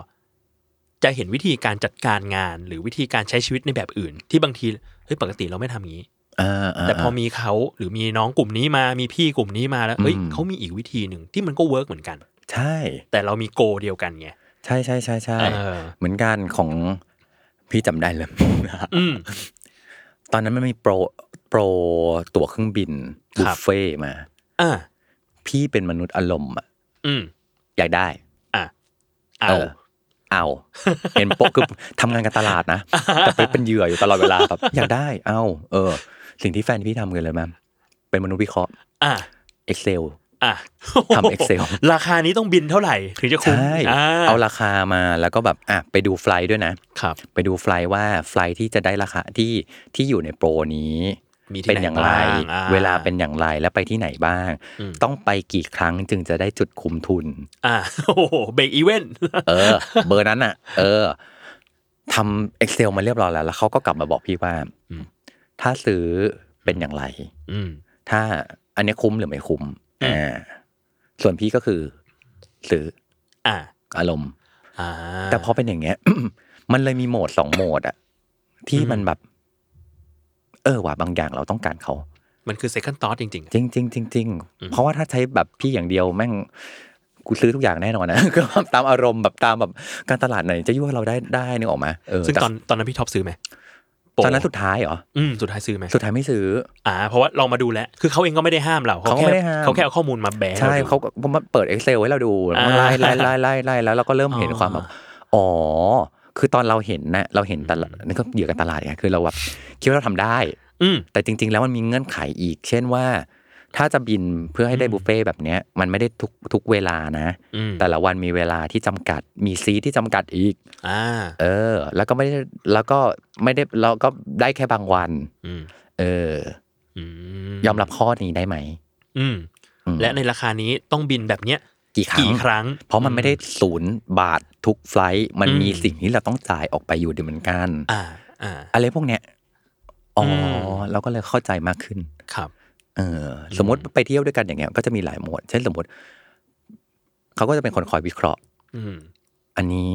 Speaker 3: จะเห็นวิธีการจัดการงาน หรือวิธีการใช้ชีวิตในแบบอื่น ที่บางทีเฮ้ยปกติเราไม่ทำงี้
Speaker 2: อ่าา
Speaker 3: แต่พอมีเขาหรือมีน้องกลุ่มนี้มามีพี่กลุ่มนี้มาแล้วเฮ้ย
Speaker 2: อืม
Speaker 3: เขามีอีกวิธีหนึ่งที่มันก็เวิร์กเหมือนกัน
Speaker 2: ใช่
Speaker 3: แต่เรามีโกเดียวกันไง
Speaker 2: ใช่ใช่ใช่ใช่
Speaker 3: เออ
Speaker 2: เหมือนกันของพี่จำได้เลย
Speaker 3: อืม
Speaker 2: ตอนนั้นมันมีโปรโปรตั๋วเครื่องบิน
Speaker 3: ครับ
Speaker 2: บุฟเฟ่ต์มา
Speaker 3: อ่า
Speaker 2: พี่เป็นมนุษย์อารมณ์อะ
Speaker 3: อืม
Speaker 2: อยากได้
Speaker 3: อ่ะเอา
Speaker 2: เอา เห็นโปะคือทำงานกับตลาด นะ แต่ไปเป็นเหยื่ออยู่ตลอดเวลาแบบอยากได้เอาเออ สิ่งที่แฟนพี่ทำกันเลยแม่เป็นมนุษย์วิเคราะห์
Speaker 3: อ่ะ
Speaker 2: Excel
Speaker 3: อ่ะ
Speaker 2: ทำ Excel
Speaker 3: ราคานี้ต้องบินเท่าไหร่ถึงจะคุ้ม
Speaker 2: ใช่
Speaker 3: อ่ะ
Speaker 2: เอาราคามาแล้วก็แบบอ่ะไปดูไฟล์ด้วยนะ
Speaker 3: ครับ
Speaker 2: ไปดูไฟล์ว่าไฟล์ที่จะได้ราคาที่ที่อยู่ในโปรนี้
Speaker 3: มีที่
Speaker 2: เป็นอย่างไร
Speaker 3: หบ้อ่ะ
Speaker 2: เวลาเป็นอย่างไรและไปที่ไหนบ้าง
Speaker 3: อืม
Speaker 2: ต้องไปกี่ครั้งจึงจะได้จุดคุ้มทุ น
Speaker 3: อ่ะโอ้โหเบรกอีเวนต์
Speaker 2: เออ เบอร์นั้นอ่ะ เออทำ Excel มาเรียบร้อยแล้ว แล้วเขาก็กลับมาบอกพี่ว่า ถ้าซื้อเป็นอย่างไร
Speaker 3: อืม
Speaker 2: ถ้าอันเนี้ยคุ้มหรือไม่คุ้ม
Speaker 3: อืม
Speaker 2: อ่าส่วนพี่ก็คือซื้อ
Speaker 3: อ่ะ
Speaker 2: อารมณ์
Speaker 3: อ่า
Speaker 2: แต่พอเป็นอย่างเงี้ย มันเลยมีโหมดสองโหมดอะที่
Speaker 3: อืม
Speaker 2: มันแบบ เออว่ะบางอย่างเราต้องการเขา
Speaker 3: มันคือ second thought จริง
Speaker 2: จริงจริงจริงจริงๆเพราะว่าถ้าใช้แบบพี่อย่างเดียวแม่งกูซื้อทุกอย่างแน่นอนนะ ก็ตามอารมณ์แบบตามแบบการตลาดไหนจะยั่วเราได้ได้นึกออกไหมเออ
Speaker 3: ๆ ซึ่ง
Speaker 2: แต่
Speaker 3: ตอนตอนนั้นพี่ท็อปซื้อไหมโปะ
Speaker 2: ตอนนั้นสุดท้ายเหรอ
Speaker 3: อืมสุดท้ายซื้อไหม
Speaker 2: สุดท้ายไม่ซื้อ
Speaker 3: อ่า เพราะว่าลองมาดูแล้ว คือเขาเองก็ไม่ได้ห้ามเรา
Speaker 2: เขาก็
Speaker 3: แค่
Speaker 2: ไม่ได้ห้าม
Speaker 3: เขาแค่เอาข้อมูลมาแบะ
Speaker 2: ใช่
Speaker 3: รดู
Speaker 2: เขาก็มาเปิด Excel ไว้เราดู
Speaker 3: อ่า
Speaker 2: ไล่ไล่ไล่ไล่ไล่แล้วเราก็เริ่มเห็น
Speaker 3: อ๋อ
Speaker 2: ความแบบอ๋อ คือตอนเราเห็นนะเราเห็นตลาดนั่นก็เหยื่อกันตลาดไงคือเราแบบคิดว่าเราทำได้
Speaker 3: อืม
Speaker 2: แต่จริง ๆ แล้วมันมีเงื่อนไขอีก เช่นว่า ถ้าจะบินเพื่อให้ได้บุฟเฟ่ต์แบบเนี้ยมันไม่ได้ทุกทุกเวลานะ
Speaker 3: อืม
Speaker 2: แต่ละวันมีเวลาที่จำกัด มีซีทที่จำกัดอีก
Speaker 3: อ่า
Speaker 2: เออ แล้วก็ไม่ได้แล้วก็ไม่ได้แล้วก็ได้แค่บางวัน
Speaker 3: อืม
Speaker 2: เออ
Speaker 3: อืม
Speaker 2: ยอมรับข้อนี้ได้ไหม
Speaker 3: อืม
Speaker 2: อืม
Speaker 3: และในราคานี้ต้องบินแบบเนี้ย
Speaker 2: กี่ครั้ง
Speaker 3: กี่ครั้ง
Speaker 2: เพราะมันไม่ได้ศูนย์บาททุกไฟลท์มัน
Speaker 3: อืม
Speaker 2: มีสิ่งที่เราต้องจ่ายออกไปอยู่ดีเหมือนกัน
Speaker 3: อ่า อ่า
Speaker 2: อะไรพวกเนี้ยอ๋ออ
Speaker 3: ม
Speaker 2: เราก็เลยเข้าใจมากขึ้น
Speaker 3: ครับ
Speaker 2: เออสมมติไปเที่ยวด้วยกันอย่างเงี้ยก็จะมีหลายโหมด เช่นสมมติเขาก็จะเป็นคนคอยวิเคราะห์
Speaker 3: อืม
Speaker 2: อันนี้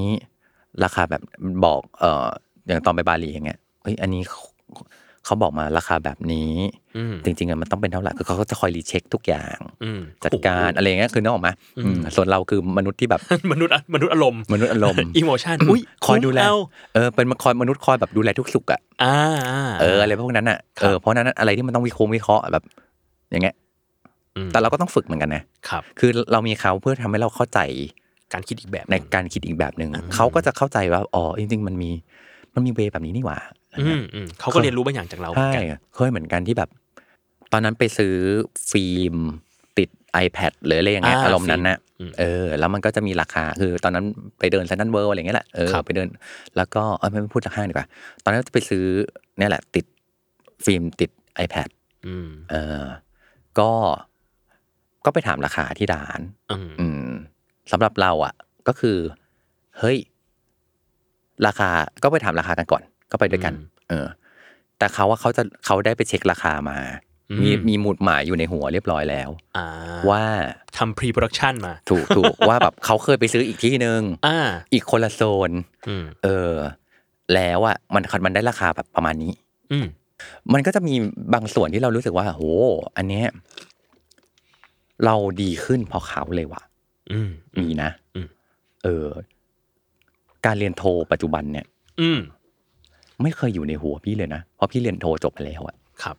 Speaker 2: ราคาแบบบอก เอออย่างตอนไปบาหลีอย่างเงี้ยเฮ้ยอันนี้เขาเขาบอกมาราคาแบบนี้
Speaker 3: อืม
Speaker 2: จริงๆอะมันต้องเป็นเท่าไหร่คือเขาก็จะคอยรีเช็คทุกอย่าง
Speaker 3: อืม
Speaker 2: จัดการ
Speaker 3: โอ้
Speaker 2: อะไรเงี้ยคือนึกออกไหมอืมส่วนเราคือมนุษย์ที่ แบบ
Speaker 3: โห มนุษย์อะมนุษย์อารมณ์
Speaker 2: มนุษย์อาร มณ์
Speaker 3: อีโมชันอุ้ย
Speaker 2: คอยดูแล
Speaker 3: เา
Speaker 2: เออเป็นคอยมนุษย์คอยแบบดูแลทุกสุขอ่ะ
Speaker 3: อ่าา
Speaker 2: เอออะไรพวกนั้นอ่ะ
Speaker 3: ครับ
Speaker 2: เออเพราะฉะนั้นอะไรที่มันต้องวิเคราะห์วิเคราะห์แบบ อย่างเงี้ย
Speaker 3: อืม
Speaker 2: แต่เราก็ต้องฝึกเหมือนกันนะ
Speaker 3: ครับ
Speaker 2: คือเรามีเขาเพื่อทำให้เราเข้าใจ
Speaker 3: การคิดอีกแบบห
Speaker 2: ใน
Speaker 3: นึ่ง
Speaker 2: การคิดอีกแบบหนึ่ง
Speaker 3: อืม
Speaker 2: เขาก็จะเข้าใจว่าอ๋อจริง ๆ มันมี มันมีเวแบบนี้นี่หว่า
Speaker 3: อืมอืมเขาก็เรียนรู้บางอย่างจากเราเหมือ
Speaker 2: ใช่
Speaker 3: นกัน
Speaker 2: เคยเหมือนกันที่แบบ ตอนนั้นไปซื้อฟิล์มติด iPad หรืออะไรอย่างเงี้ยอารมณ์นั้นนะ
Speaker 3: อืม
Speaker 2: เออ แล้วมันก็จะมีราคาคือตอนนั้นไปเดินเซนต์เวิร์อะไรอย่างเงี้ยแหละเออ
Speaker 3: ครับ
Speaker 2: ไปเดิน แล้วก็เอ้ยไม่พูดจากห้างดีกว่า ตอนนั้นจะไปซื้อเนี่ยแหละ ติดฟิล์มติด iPad
Speaker 3: อืม
Speaker 2: เออ ก็ก็ไปถามราคาที่ร้าน
Speaker 3: อืม
Speaker 2: อืมสำหรับเราอ่ะ ก็คือ เฮ้ย ราคาก็ไปถามราคากันก่อน ก็ไปด้วยกัน เออ แต่เขาว่าเขาจะเขาได้ไปเช็คราคามา มีมีหมุดหมายอยู่ในหัวเรียบร้อยแล้ว
Speaker 3: อ่า
Speaker 2: ว่า
Speaker 3: ทำพรีโปรดักชันมา
Speaker 2: ถูกถูก ว่าแบบเขาเคยไปซื้ออีกที่หนึ่ง
Speaker 3: อ่า
Speaker 2: อีกคนละโซน
Speaker 3: อืม
Speaker 2: เออ แล้วอ่ะมันมันได้ราคาแบบประมาณนี้
Speaker 3: อืม
Speaker 2: มันก็จะมีบางส่วนที่เรารู้สึกว่าโหอันเนี้ยเราดีขึ้นเพราะเขาเลยว่ะ
Speaker 3: อืม
Speaker 2: มีนะ
Speaker 3: อืม
Speaker 2: เออ การเรียนโทปัจจุบันเนี่ย
Speaker 3: อืม
Speaker 2: ไม่เคยอยู่ในหัวพี่เลยนะ เพราะพี่เรียนโทจบไปแล้วอะ
Speaker 3: ครับ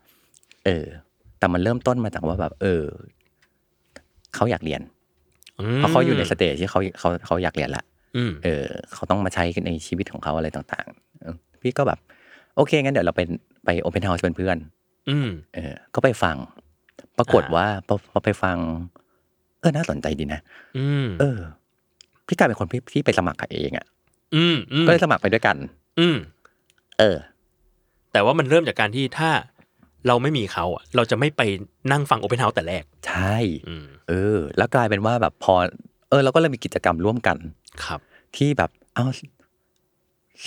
Speaker 2: เออ แต่มันเริ่มต้นมาจากว่าแบบ เออเขาอยากเรียน
Speaker 3: ม
Speaker 2: เพราะเขาอยู่ในสเตจที่เขาเขาเขาอยากเรียนละ
Speaker 3: อืม
Speaker 2: เออเขาต้องมาใช้ในชีวิตของเขาอะไรต่างๆเออพี่ก็แบบ โอเคงั้นเดี๋ยวเราไปไปโอเพนเฮาส์เป็นเพื่อน
Speaker 3: อืม
Speaker 2: เออ ก็ไปฟัง ปรากฏว่าพอพอไปฟัง เออน่าสนใจดีนะ
Speaker 3: อืม
Speaker 2: เออ พี่กายเป็นคนที่ที่ไปสมัครเองอ่ะ
Speaker 3: อืมอืม
Speaker 2: ก็เลยสมัครไปด้วยกัน
Speaker 3: อืม
Speaker 2: เออ
Speaker 3: แต่ว่ามันเริ่มจากการที่ถ้าเราไม่มีเขาอะเราจะไม่ไปนั่งฟังโอเ n นเฮาส์แต่แรก
Speaker 2: ใช่
Speaker 3: อืม
Speaker 2: เออ แล้วกลายเป็นว่าแบบพอ เออเราก็เลยมีกิจกรรมร่วมกัน
Speaker 3: ครับ
Speaker 2: ที่แบบ เอา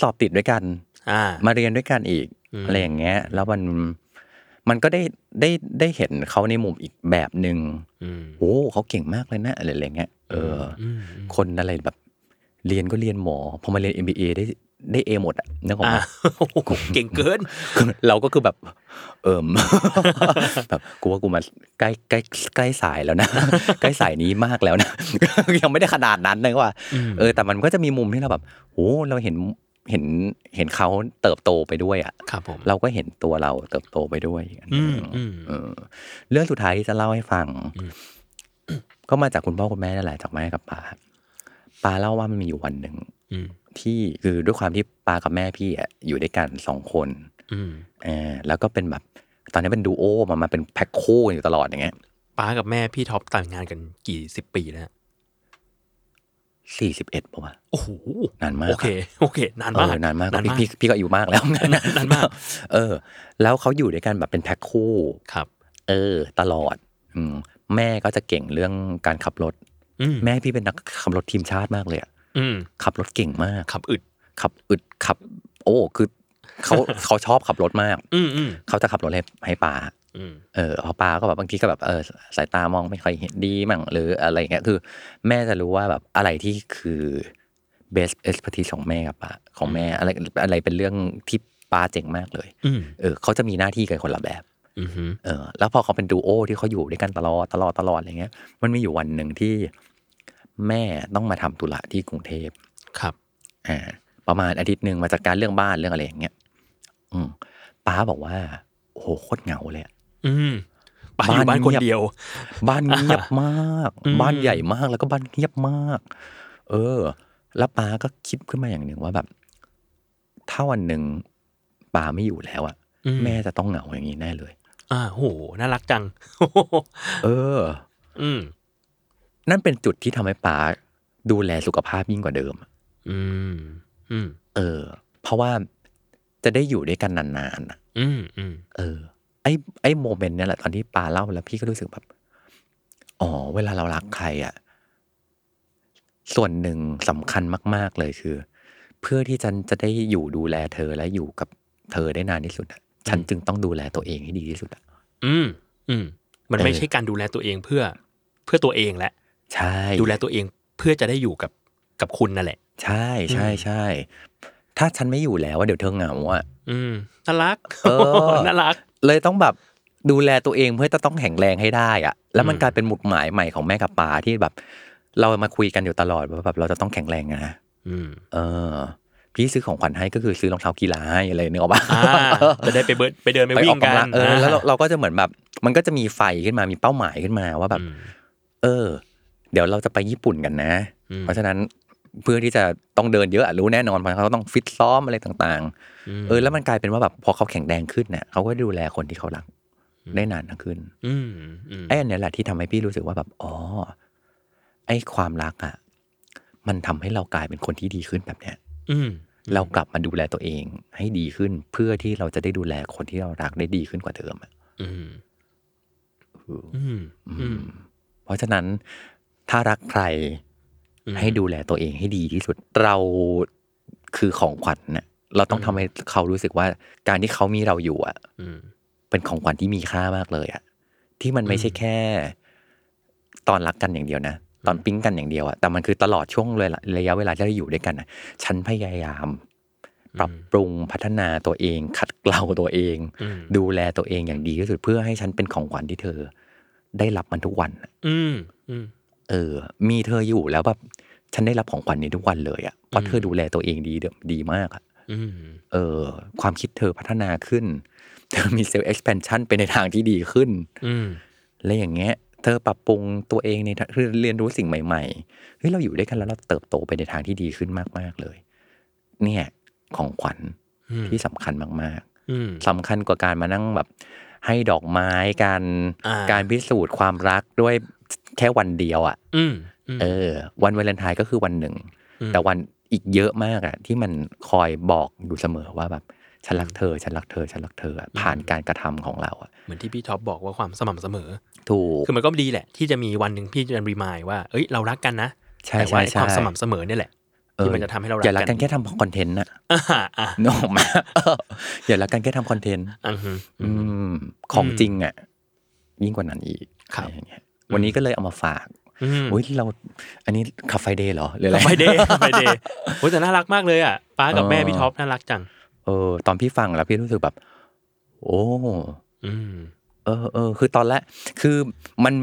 Speaker 2: สอบติดด้วยกัน
Speaker 3: อ่า
Speaker 2: มาเรียนด้วยกันอีก
Speaker 3: อืม
Speaker 2: อะไรอย่างเงี้ย แล้วมันมันก็ได้ได้ได้เห็นเขาในมุมอีกแบบหนึ่ง
Speaker 3: อืม
Speaker 2: โอ้เขาเก่งมากเลยนะอะไรอย่างเงี้ยเอออ
Speaker 3: มม
Speaker 2: คนอะไรแบบ เรียนก็เรียนหมอพอมาเรียน MBA ได้ได้เอหมดอ่ะนึกออก ไหม
Speaker 3: อ่าโอ้โหเก่งเกิน
Speaker 2: คือ เราก็คือแบบ เอิม แบบกูว่ากูมาใกล้ใกล้ใกล้สายแล้วนะ ใกล้สายนี้มากแล้วนะ ยังไม่ได้ขนาดนั้นนะว่า
Speaker 3: อืม
Speaker 2: เออ แต่มันก็จะมีมุมที่เราแบบโอ้เราเห็นเห็นเห็นเขาเติบโตไปด้วยอ่ะ
Speaker 3: ครับผม
Speaker 2: เราก็เห็นตัวเราเติบโตไปด้วย
Speaker 3: อืมอืม
Speaker 2: เออ เรื่องสุดท้ายที่จะเล่าให้ฟัง
Speaker 3: อืม
Speaker 2: ก็มาจากคุณพ่อคุณแม่นั่นแหละจากแม่กับป้าป้าเล่าว่ามันมีอยู่วันหนึ่ง
Speaker 3: อืม
Speaker 2: ที่คือด้วยความที่ป้ากับแม่พี่อะอยู่ด้วยกันสองคน
Speaker 3: อืม
Speaker 2: เออแล้วก็เป็นแบบ ตอนนี้เป็นดูโอมามาเป็นแพ็คคู่กันอยู่ตลอดอย่างเงี้ย
Speaker 3: ป้ากับแม่พี่ท็อปแต่างงานกันกี่สิบปีแล้วฮะ
Speaker 2: สี่สิบเอ็ดป่าวะ
Speaker 3: โอ้โห
Speaker 2: นานมาก
Speaker 3: โอเค โอเค นาน
Speaker 2: เอ
Speaker 3: มาก
Speaker 2: อนานมาก
Speaker 3: นาน
Speaker 2: พี่
Speaker 3: มาก
Speaker 2: พี่พี่ก็อายุมากแล้ว
Speaker 3: นานมาก
Speaker 2: เออ แล้วเขาอยู่ด้วยกันแบบเป็นแพ็คคู่
Speaker 3: ครับ
Speaker 2: เออ ตลอด อืมแม่ก็จะเก่งเรื่องการขับรถ
Speaker 3: อืม
Speaker 2: แม่พี่เป็นนักขับรถทีมชาติมากเลยอะ
Speaker 3: อืม
Speaker 2: ขับรถเก่งมาก
Speaker 3: ขับอึด
Speaker 2: ขับอึดขับ โอ้คือเขา เขาชอบขับรถมาก
Speaker 3: อืมอืม
Speaker 2: เขาจะขับรถให้ให้ป้า
Speaker 3: อืม
Speaker 2: เออพอป้าก็แบบบางทีก็แบบเออสายตามองไม่ค่อยเห็นดีมั่งหรืออะไรอย่างเงี้ยคือ แม่จะรู้ว่าแบบอะไรที่คือ best expertise ของแม่กับป้าของแม่อะไรอะไรเป็นเรื่องที่ป้าเจ๋งมากเลย
Speaker 3: อืม
Speaker 2: เออเขาจะมีหน้าที่กันคนละแบบ
Speaker 3: อืมอืม
Speaker 2: เออแล้วพอเขาเป็นดูโอที่เขาอยู่ด้วยกันตลอดตลอดตลอดอะไรเงี้ย มันมีอยู่วันหนึ่งที่แม่ต้องมาทำธุระที่กรุงเทพ
Speaker 3: ครับ
Speaker 2: อ่าประมาณอาทิตย์หนึ่งมาจัดการเรื่องบ้านเรื่องอะไรอย่างเงี้ยอืมป้าบอกว่า โอ้โหโคตรเหงาเลยอะ
Speaker 3: อืมป้าอยู่บ้า
Speaker 2: บ้าน น
Speaker 3: คน
Speaker 2: เงียบ
Speaker 3: เดียว
Speaker 2: บ้านเงียบมาก
Speaker 3: อืม
Speaker 2: บ้านใหญ่มากแล้วก็บ้านเงียบมาก เออ แล้วป้าก็คิดขึ้นมาอย่างหนึ่งว่าแบบ ถ้าวันหนึ่งป้าไม่อยู่แล้วอะ
Speaker 3: อื
Speaker 2: แม่จะต้องเหงาอย่างนี้แน่เลย
Speaker 3: อ่าโหน่ารักจัง โอ้โห
Speaker 2: เออ
Speaker 3: อืม
Speaker 2: นั่นเป็นจุดที่ทำให้ป้าดูแลสุขภาพยิ่งกว่าเดิม
Speaker 3: อืมอืม
Speaker 2: เออ เพราะว่าจะได้อยู่ด้วยกันนานๆน่ะ
Speaker 3: อืมอืม
Speaker 2: เออ ไอ้ไอ้โมเมนต์เนี่ยแหละตอนที่ปาเล่าแล้วพี่ก็รู้สึกแบบ อ๋อ เวลาเรารักใครอะ่ะ ส่วนหนึ่งสำคัญมาก ๆเลยคือ เพื่อที่ฉันจะได้อยู่ดูแลเธอและอยู่กับเธอได้นานที่สุดอะฉันจึงต้องดูแลตัวเองให้ดีที่สุดอะ
Speaker 3: อืมอืมมัน
Speaker 2: เออ
Speaker 3: ไม่ใช่การดูแลตัวเองเพื่อ เพื่อตัวเองและ
Speaker 2: ใช่
Speaker 3: ดูแลตัวเองเพื่อจะได้อยู่กับกับคุณนั่นแหละ
Speaker 2: ใช่ใช่ใช่ถ้าฉันไม่อยู่แล้วอะเดี๋ยวเธอเหงาอะ
Speaker 3: อืมน่ารัก
Speaker 2: เออ
Speaker 3: น่ารัก
Speaker 2: เลยต้องแบบดูแลตัวเองเพื่อจะต้องแข็งแรงให้ได้อะแล้วมัน
Speaker 3: อืม
Speaker 2: กลายเป็นหมุดหมายใหม่ของแม่กับป๋าที่แบบ เรามาคุยกันอยู่ตลอดว่าแบบเราจะต้องแข็งแรงนะ
Speaker 3: อืม
Speaker 2: เออ พี่ซื้อของขวัญให้ก็คือซื้อรองเท้ากีฬาให้อะไรนึกออกปะ
Speaker 3: อ่าจะได้ไปเบิร์ดไปเดินไป
Speaker 2: ไป
Speaker 3: วิ่
Speaker 2: ออง ก
Speaker 3: กั
Speaker 2: กำลั
Speaker 3: น
Speaker 2: งเออแล้วเราเราก็จะเหมือนแบบ มันก็จะมีไฟขึ้นมามีเป้าหมายขึ้นมาว่าแบบ
Speaker 3: อืม
Speaker 2: เออ เดี๋ยวเราจะไปญี่ปุ่นกันนะ
Speaker 3: อืม
Speaker 2: เพราะฉะนั้นเพื่อที่จะต้องเดินเยอะอะรู้แน่นอนเพราะเขาต้องฟิตซ้อมอะไรต่าง ๆ
Speaker 3: ม
Speaker 2: เออแล้วมันกลายเป็นว่าแบบพอเขาแข็งแรงขึ้นเนี่ยเขาก็ดูแลคนที่เขารักได้นานขึ้น
Speaker 3: อืมอืม
Speaker 2: ไอ้อันเนี้ยแหละที่ทำให้พี่รู้สึกว่าแบบอ๋อไอ้ความรักอ่ะมันทำให้เรากลายเป็นคนที่ดีขึ้นแบบเนี้ย
Speaker 3: อืม
Speaker 2: เรากลับมาดูแลตัวเองให้ดีขึ้น เพื่อที่เราจะได้ดูแลคนที่เรารักได้ดีขึ้นกว่าเดิมอะ
Speaker 3: อืม
Speaker 2: อืม
Speaker 3: อืมอืม
Speaker 2: เพราะฉะนั้นถ้ารักใครให้ดูแลตัวเองให้ดีที่สุด เราคือของขวัญน่ะเราต้องทำให้เขารู้สึกว่า การที่เขามีเราอยู่อ่ะ
Speaker 3: อืม
Speaker 2: เป็นของขวัญที่มีค่ามากเลยอะที่มันไม่ใช่แค่ ตอนรักกันอย่างเดียวนะ ตอนปิ๊งกันอย่างเดียวอะแต่มันคือตลอดช่วงเลยระยะเวลาที่เราอยู่ด้วยกันนะฉันพยายาม ปรับปรุงพัฒนาตัวเอง ขัดเกลาตัวเอง
Speaker 3: อืม
Speaker 2: ดูแลตัวเองอย่างดีที่สุดเพื่อให้ฉันเป็นของขวัญที่เธอ ได้รับมันทุกวันน่ะ
Speaker 3: อืมอืม
Speaker 2: เออ มีเธออยู่แล้วแบบฉันได้รับของขวัญนี้ทุกวันเลยอะเพราะ
Speaker 3: อืม
Speaker 2: เธอดูแลตัวเองดีเด้อดีมากอะ
Speaker 3: อืม
Speaker 2: เออความคิดเธอพัฒนาขึ้น เธอมีเซลล์ expansion ไปในทางที่ดีขึ้น
Speaker 3: อืม
Speaker 2: และอย่างเงี้ย เธอปรับปรุงตัวเองในทางคือเรียนรู้สิ่งใหม่ๆเฮ้ยเราอยู่ด้วยกันแล้วเราเติบโตไปในทางที่ดีขึ้นมากๆเลย เนี่ยของขวัญ
Speaker 3: อืม
Speaker 2: ที่สำคัญมาก
Speaker 3: อืม
Speaker 2: ๆสำคัญกว่าการมานั่งแบบ ให้ดอกไม้การ
Speaker 3: อ่า
Speaker 2: การพิสูจน์ความรักด้วยแค่วันเดียวอ่ะ
Speaker 3: อืมอืม
Speaker 2: เออ วันวาเลนไทน์ก็คือวันหนึ่ง
Speaker 3: อืม
Speaker 2: แต่วันอีกเยอะมากอ่ะ ที่มันคอยบอกอยู่เสมอว่าแบบฉันรักเธอ ฉันรักเธอ ฉันรักเธออะผ่านการกระทำของเราอ่ะ
Speaker 3: เหมือนที่พี่ท็อปบอกว่าความสม่ำเสมอ
Speaker 2: ถูก
Speaker 3: คือมันก็ดีแหละ ที่จะมีวันหนึ่งพี่จะรีมายว่าเอ้ยเรารักกันนะ
Speaker 2: ใช่
Speaker 3: แต่ว่า
Speaker 2: ใช่ใช่
Speaker 3: ความสม่ำเสมอเนี่ยแหละที่มันจะทำให้เรารั
Speaker 2: อย่ารั
Speaker 3: ก
Speaker 2: ก
Speaker 3: กั
Speaker 2: กัน นแค่ทำคอนเทนต์น่ะ
Speaker 3: อ่าอ่า
Speaker 2: นึกออกไหม อย่ารักกันแค่ทำคอนเทนต์
Speaker 3: อือฮึ
Speaker 2: อืม ของจริงอ่ะ ยิ่งกว่านั้นอีก
Speaker 3: ครับ
Speaker 2: อะไรอย่างเงี้ยวันนี้ก็เลยเอามาฝาก
Speaker 3: อืม
Speaker 2: อุ้ยเรา อันนี้ขับไฟเดย์เหรอหรืออะไร
Speaker 3: กับไฟเดย์กับไฟเดย์โอ้ยแต่น่ารักมากเลยอ่ะป้ากับแม่
Speaker 2: เออ
Speaker 3: พี่ท็อปน่ารักจัง
Speaker 2: เออ ตอนพี่ฟังแล้วพี่รู้สึกแบบ โอ้
Speaker 3: อืม
Speaker 2: เออเออคือตอนแรกคือมัน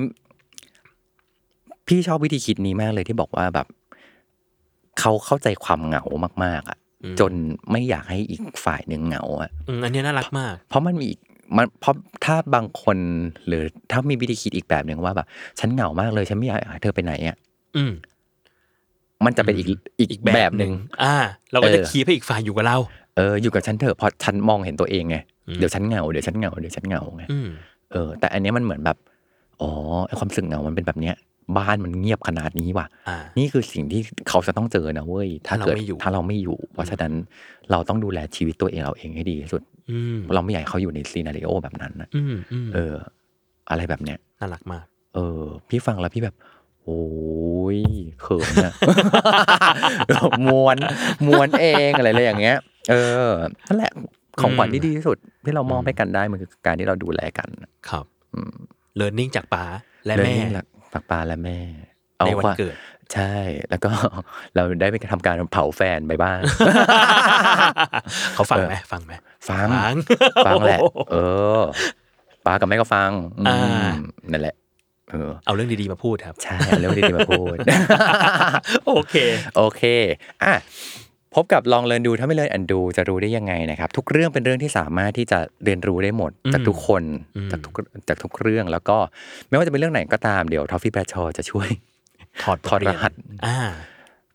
Speaker 2: พี่ชอบวิธีคิดนี้มากเลยที่บอกว่าแบบ เขาเข้าใจความเหงามาก ๆอ่ะ
Speaker 3: อืม
Speaker 2: จนไม่อยากให้อีกฝ่ายหนึ่งเหงาอ่ะ
Speaker 3: อืมอันเนี้ยน่ารักมาก
Speaker 2: เพราะมันมีอีกมันเพราะถ้าบางคนหรือถ้ามีวิธีคิดอีกแบบหนึ่งว่าแบบฉันเหงามากเลย ฉันไม่อยากให้เธอไปไหนอ่ะ
Speaker 3: อืม
Speaker 2: มันจะเป็นอีกอีก
Speaker 3: อีก
Speaker 2: แบบหนึ่ง
Speaker 3: อ่า เราก็จะ
Speaker 2: เออ
Speaker 3: คีบให้อีกฝ่ายอยู่กับเรา
Speaker 2: เอออยู่กับฉันเถอะเพราะฉันมองเห็นตัวเองไง
Speaker 3: อืม
Speaker 2: เดี๋ยวฉันเหงาเดี๋ยวฉันเหงาเดี๋ยวฉันเหงาไง
Speaker 3: อืม
Speaker 2: เออแต่อันเนี้ยมันเหมือนแบบอ๋อไอ้ความรู้สึกเหงามันเป็นแบบเนี้ย บ้านมันเงียบขนาดนี้ว่ะ
Speaker 3: อ่า
Speaker 2: นี่คือสิ่งที่เขาจะต้องเจอนะเว้ยถ้าเกิด
Speaker 3: ถ้าเราไม่อยู่
Speaker 2: ถ้าเราไม่อยู่ เพราะฉะนั้นเราต้องดูแลชีวิตตัวเองเราเองให้ดีที่สุด
Speaker 3: อืม
Speaker 2: เราไม่อยากให้เขาอยู่ในซีนารีโอแบบนั้นนะ
Speaker 3: อืมอืม
Speaker 2: เออ อะไรแบบเนี้ย
Speaker 3: น่ารักมาก
Speaker 2: เออ พี่ฟังแล้วพี่แบบ โอ้ยเขินอะ มวนมวนเองอะไรเลยอย่างเงี้ย เออนั่นแหละของขวัญที่ดีที่สุด ที่เรามองไปกันได้มันคือการที่เราดูแลกัน
Speaker 3: ครับ
Speaker 2: อืม
Speaker 3: เลิร์นนิ่งจากป้าและ
Speaker 2: เลย
Speaker 3: แม่
Speaker 2: นี่หลักปากปลาและแม่เอา
Speaker 3: ในวัน
Speaker 2: ควา
Speaker 3: เกิ ด
Speaker 2: ใช่ แล้วก็ เราได้ไปทำการเผาแฟนไป บ้าง
Speaker 3: เขาฟังไหมฟังไหม
Speaker 2: ฟัง
Speaker 3: ฟัง
Speaker 2: ฟังแหละ เออป้ากับแม่ก็ฟังอืม
Speaker 3: อ่า
Speaker 2: นั่นแหละ เออ
Speaker 3: เอาเรื่องดีๆมาพูดครับ
Speaker 2: ใช่เอาเรื่องดีๆมาพูด
Speaker 3: โอเค
Speaker 2: โอเค อ่ะ พบกับลองเรียนดูถ้าไม่เรียนอันดูจะรู้ได้ยังไงนะครับ ทุกเรื่องเป็นเรื่องที่สามารถที่จะเรียนรู้ได้หมด
Speaker 3: อืม
Speaker 2: จากทุกคน
Speaker 3: อืม
Speaker 2: จากทุกจากทุกเรื่องแล้วก็ ไม่ว่าจะเป็นเรื่องไหนก็ตามเดี๋ยวทอฟฟี่แบรชอจะช่ วย
Speaker 3: ถอดบ
Speaker 2: ถ
Speaker 3: ท
Speaker 2: อดร
Speaker 3: เยน
Speaker 2: หัส
Speaker 3: อ่า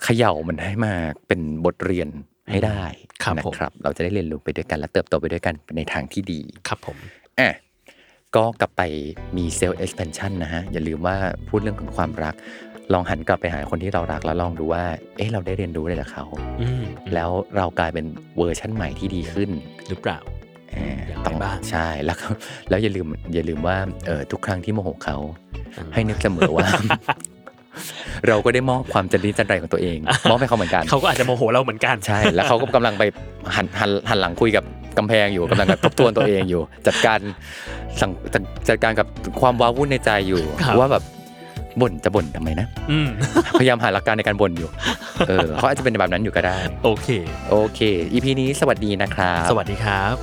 Speaker 2: เขย่ามันให้มาเป็นบทเรียนให้ได้
Speaker 3: ครับ
Speaker 2: นะ
Speaker 3: ผม
Speaker 2: ครับ เราจะได้เรียนรู้ไปด้วยกันและเติบโตไปด้วยกันในทางที่ดี
Speaker 3: ครับผม
Speaker 2: อ่ะก็กลับไปมีเซลล์ expansion นะฮะ อย่าลืมว่าพูดเรื่องของความรัก ลองหันกลับไปหาคนที่เรารักแล้วลองดูว่า เอ๊ะเราได้เรียนรู้อะไรจากเขา
Speaker 3: อืมอืม
Speaker 2: แล้วเรากลายเป็นเวอร์ชั่นใหม่ที่ดีขึ้น
Speaker 3: หรือเปล่า
Speaker 2: อ่า
Speaker 3: อย่างไร
Speaker 2: ต้อง
Speaker 3: บ้าง
Speaker 2: ใช่แล้วก็แล้วอย่าลืมอย่าลืมว่าเออทุกครั้งที่โมโหเขา ให้นึกเสม อว่า เราก็ได้มอบความจริงจันไรของตัวเอง มอบให้เขาเหมือนกัน
Speaker 3: เขาก็อาจจะโมโหเราเหมือนกัน
Speaker 2: ใช่ แล้วเขาก็กำลังไปหันหันหันหลังคุยกับกำแพงอยู่กำลังแบบทบทวนตัวเองอยู่ จัดการสังจัดจัดการกับความว้าวุ่นในใจอยู่
Speaker 3: ครับ
Speaker 2: ว่าแบบบ่นจะบ่นทำไมนะ
Speaker 3: อืม
Speaker 2: พยายามหาหลักการในการบ่นอยู่ เออเขาอาจจะเป็นแบบนั้นอยู่ก็ได้
Speaker 3: โอเค
Speaker 2: โอเค EP นี้สวัสดีนะครับ
Speaker 3: สวัสดีครับ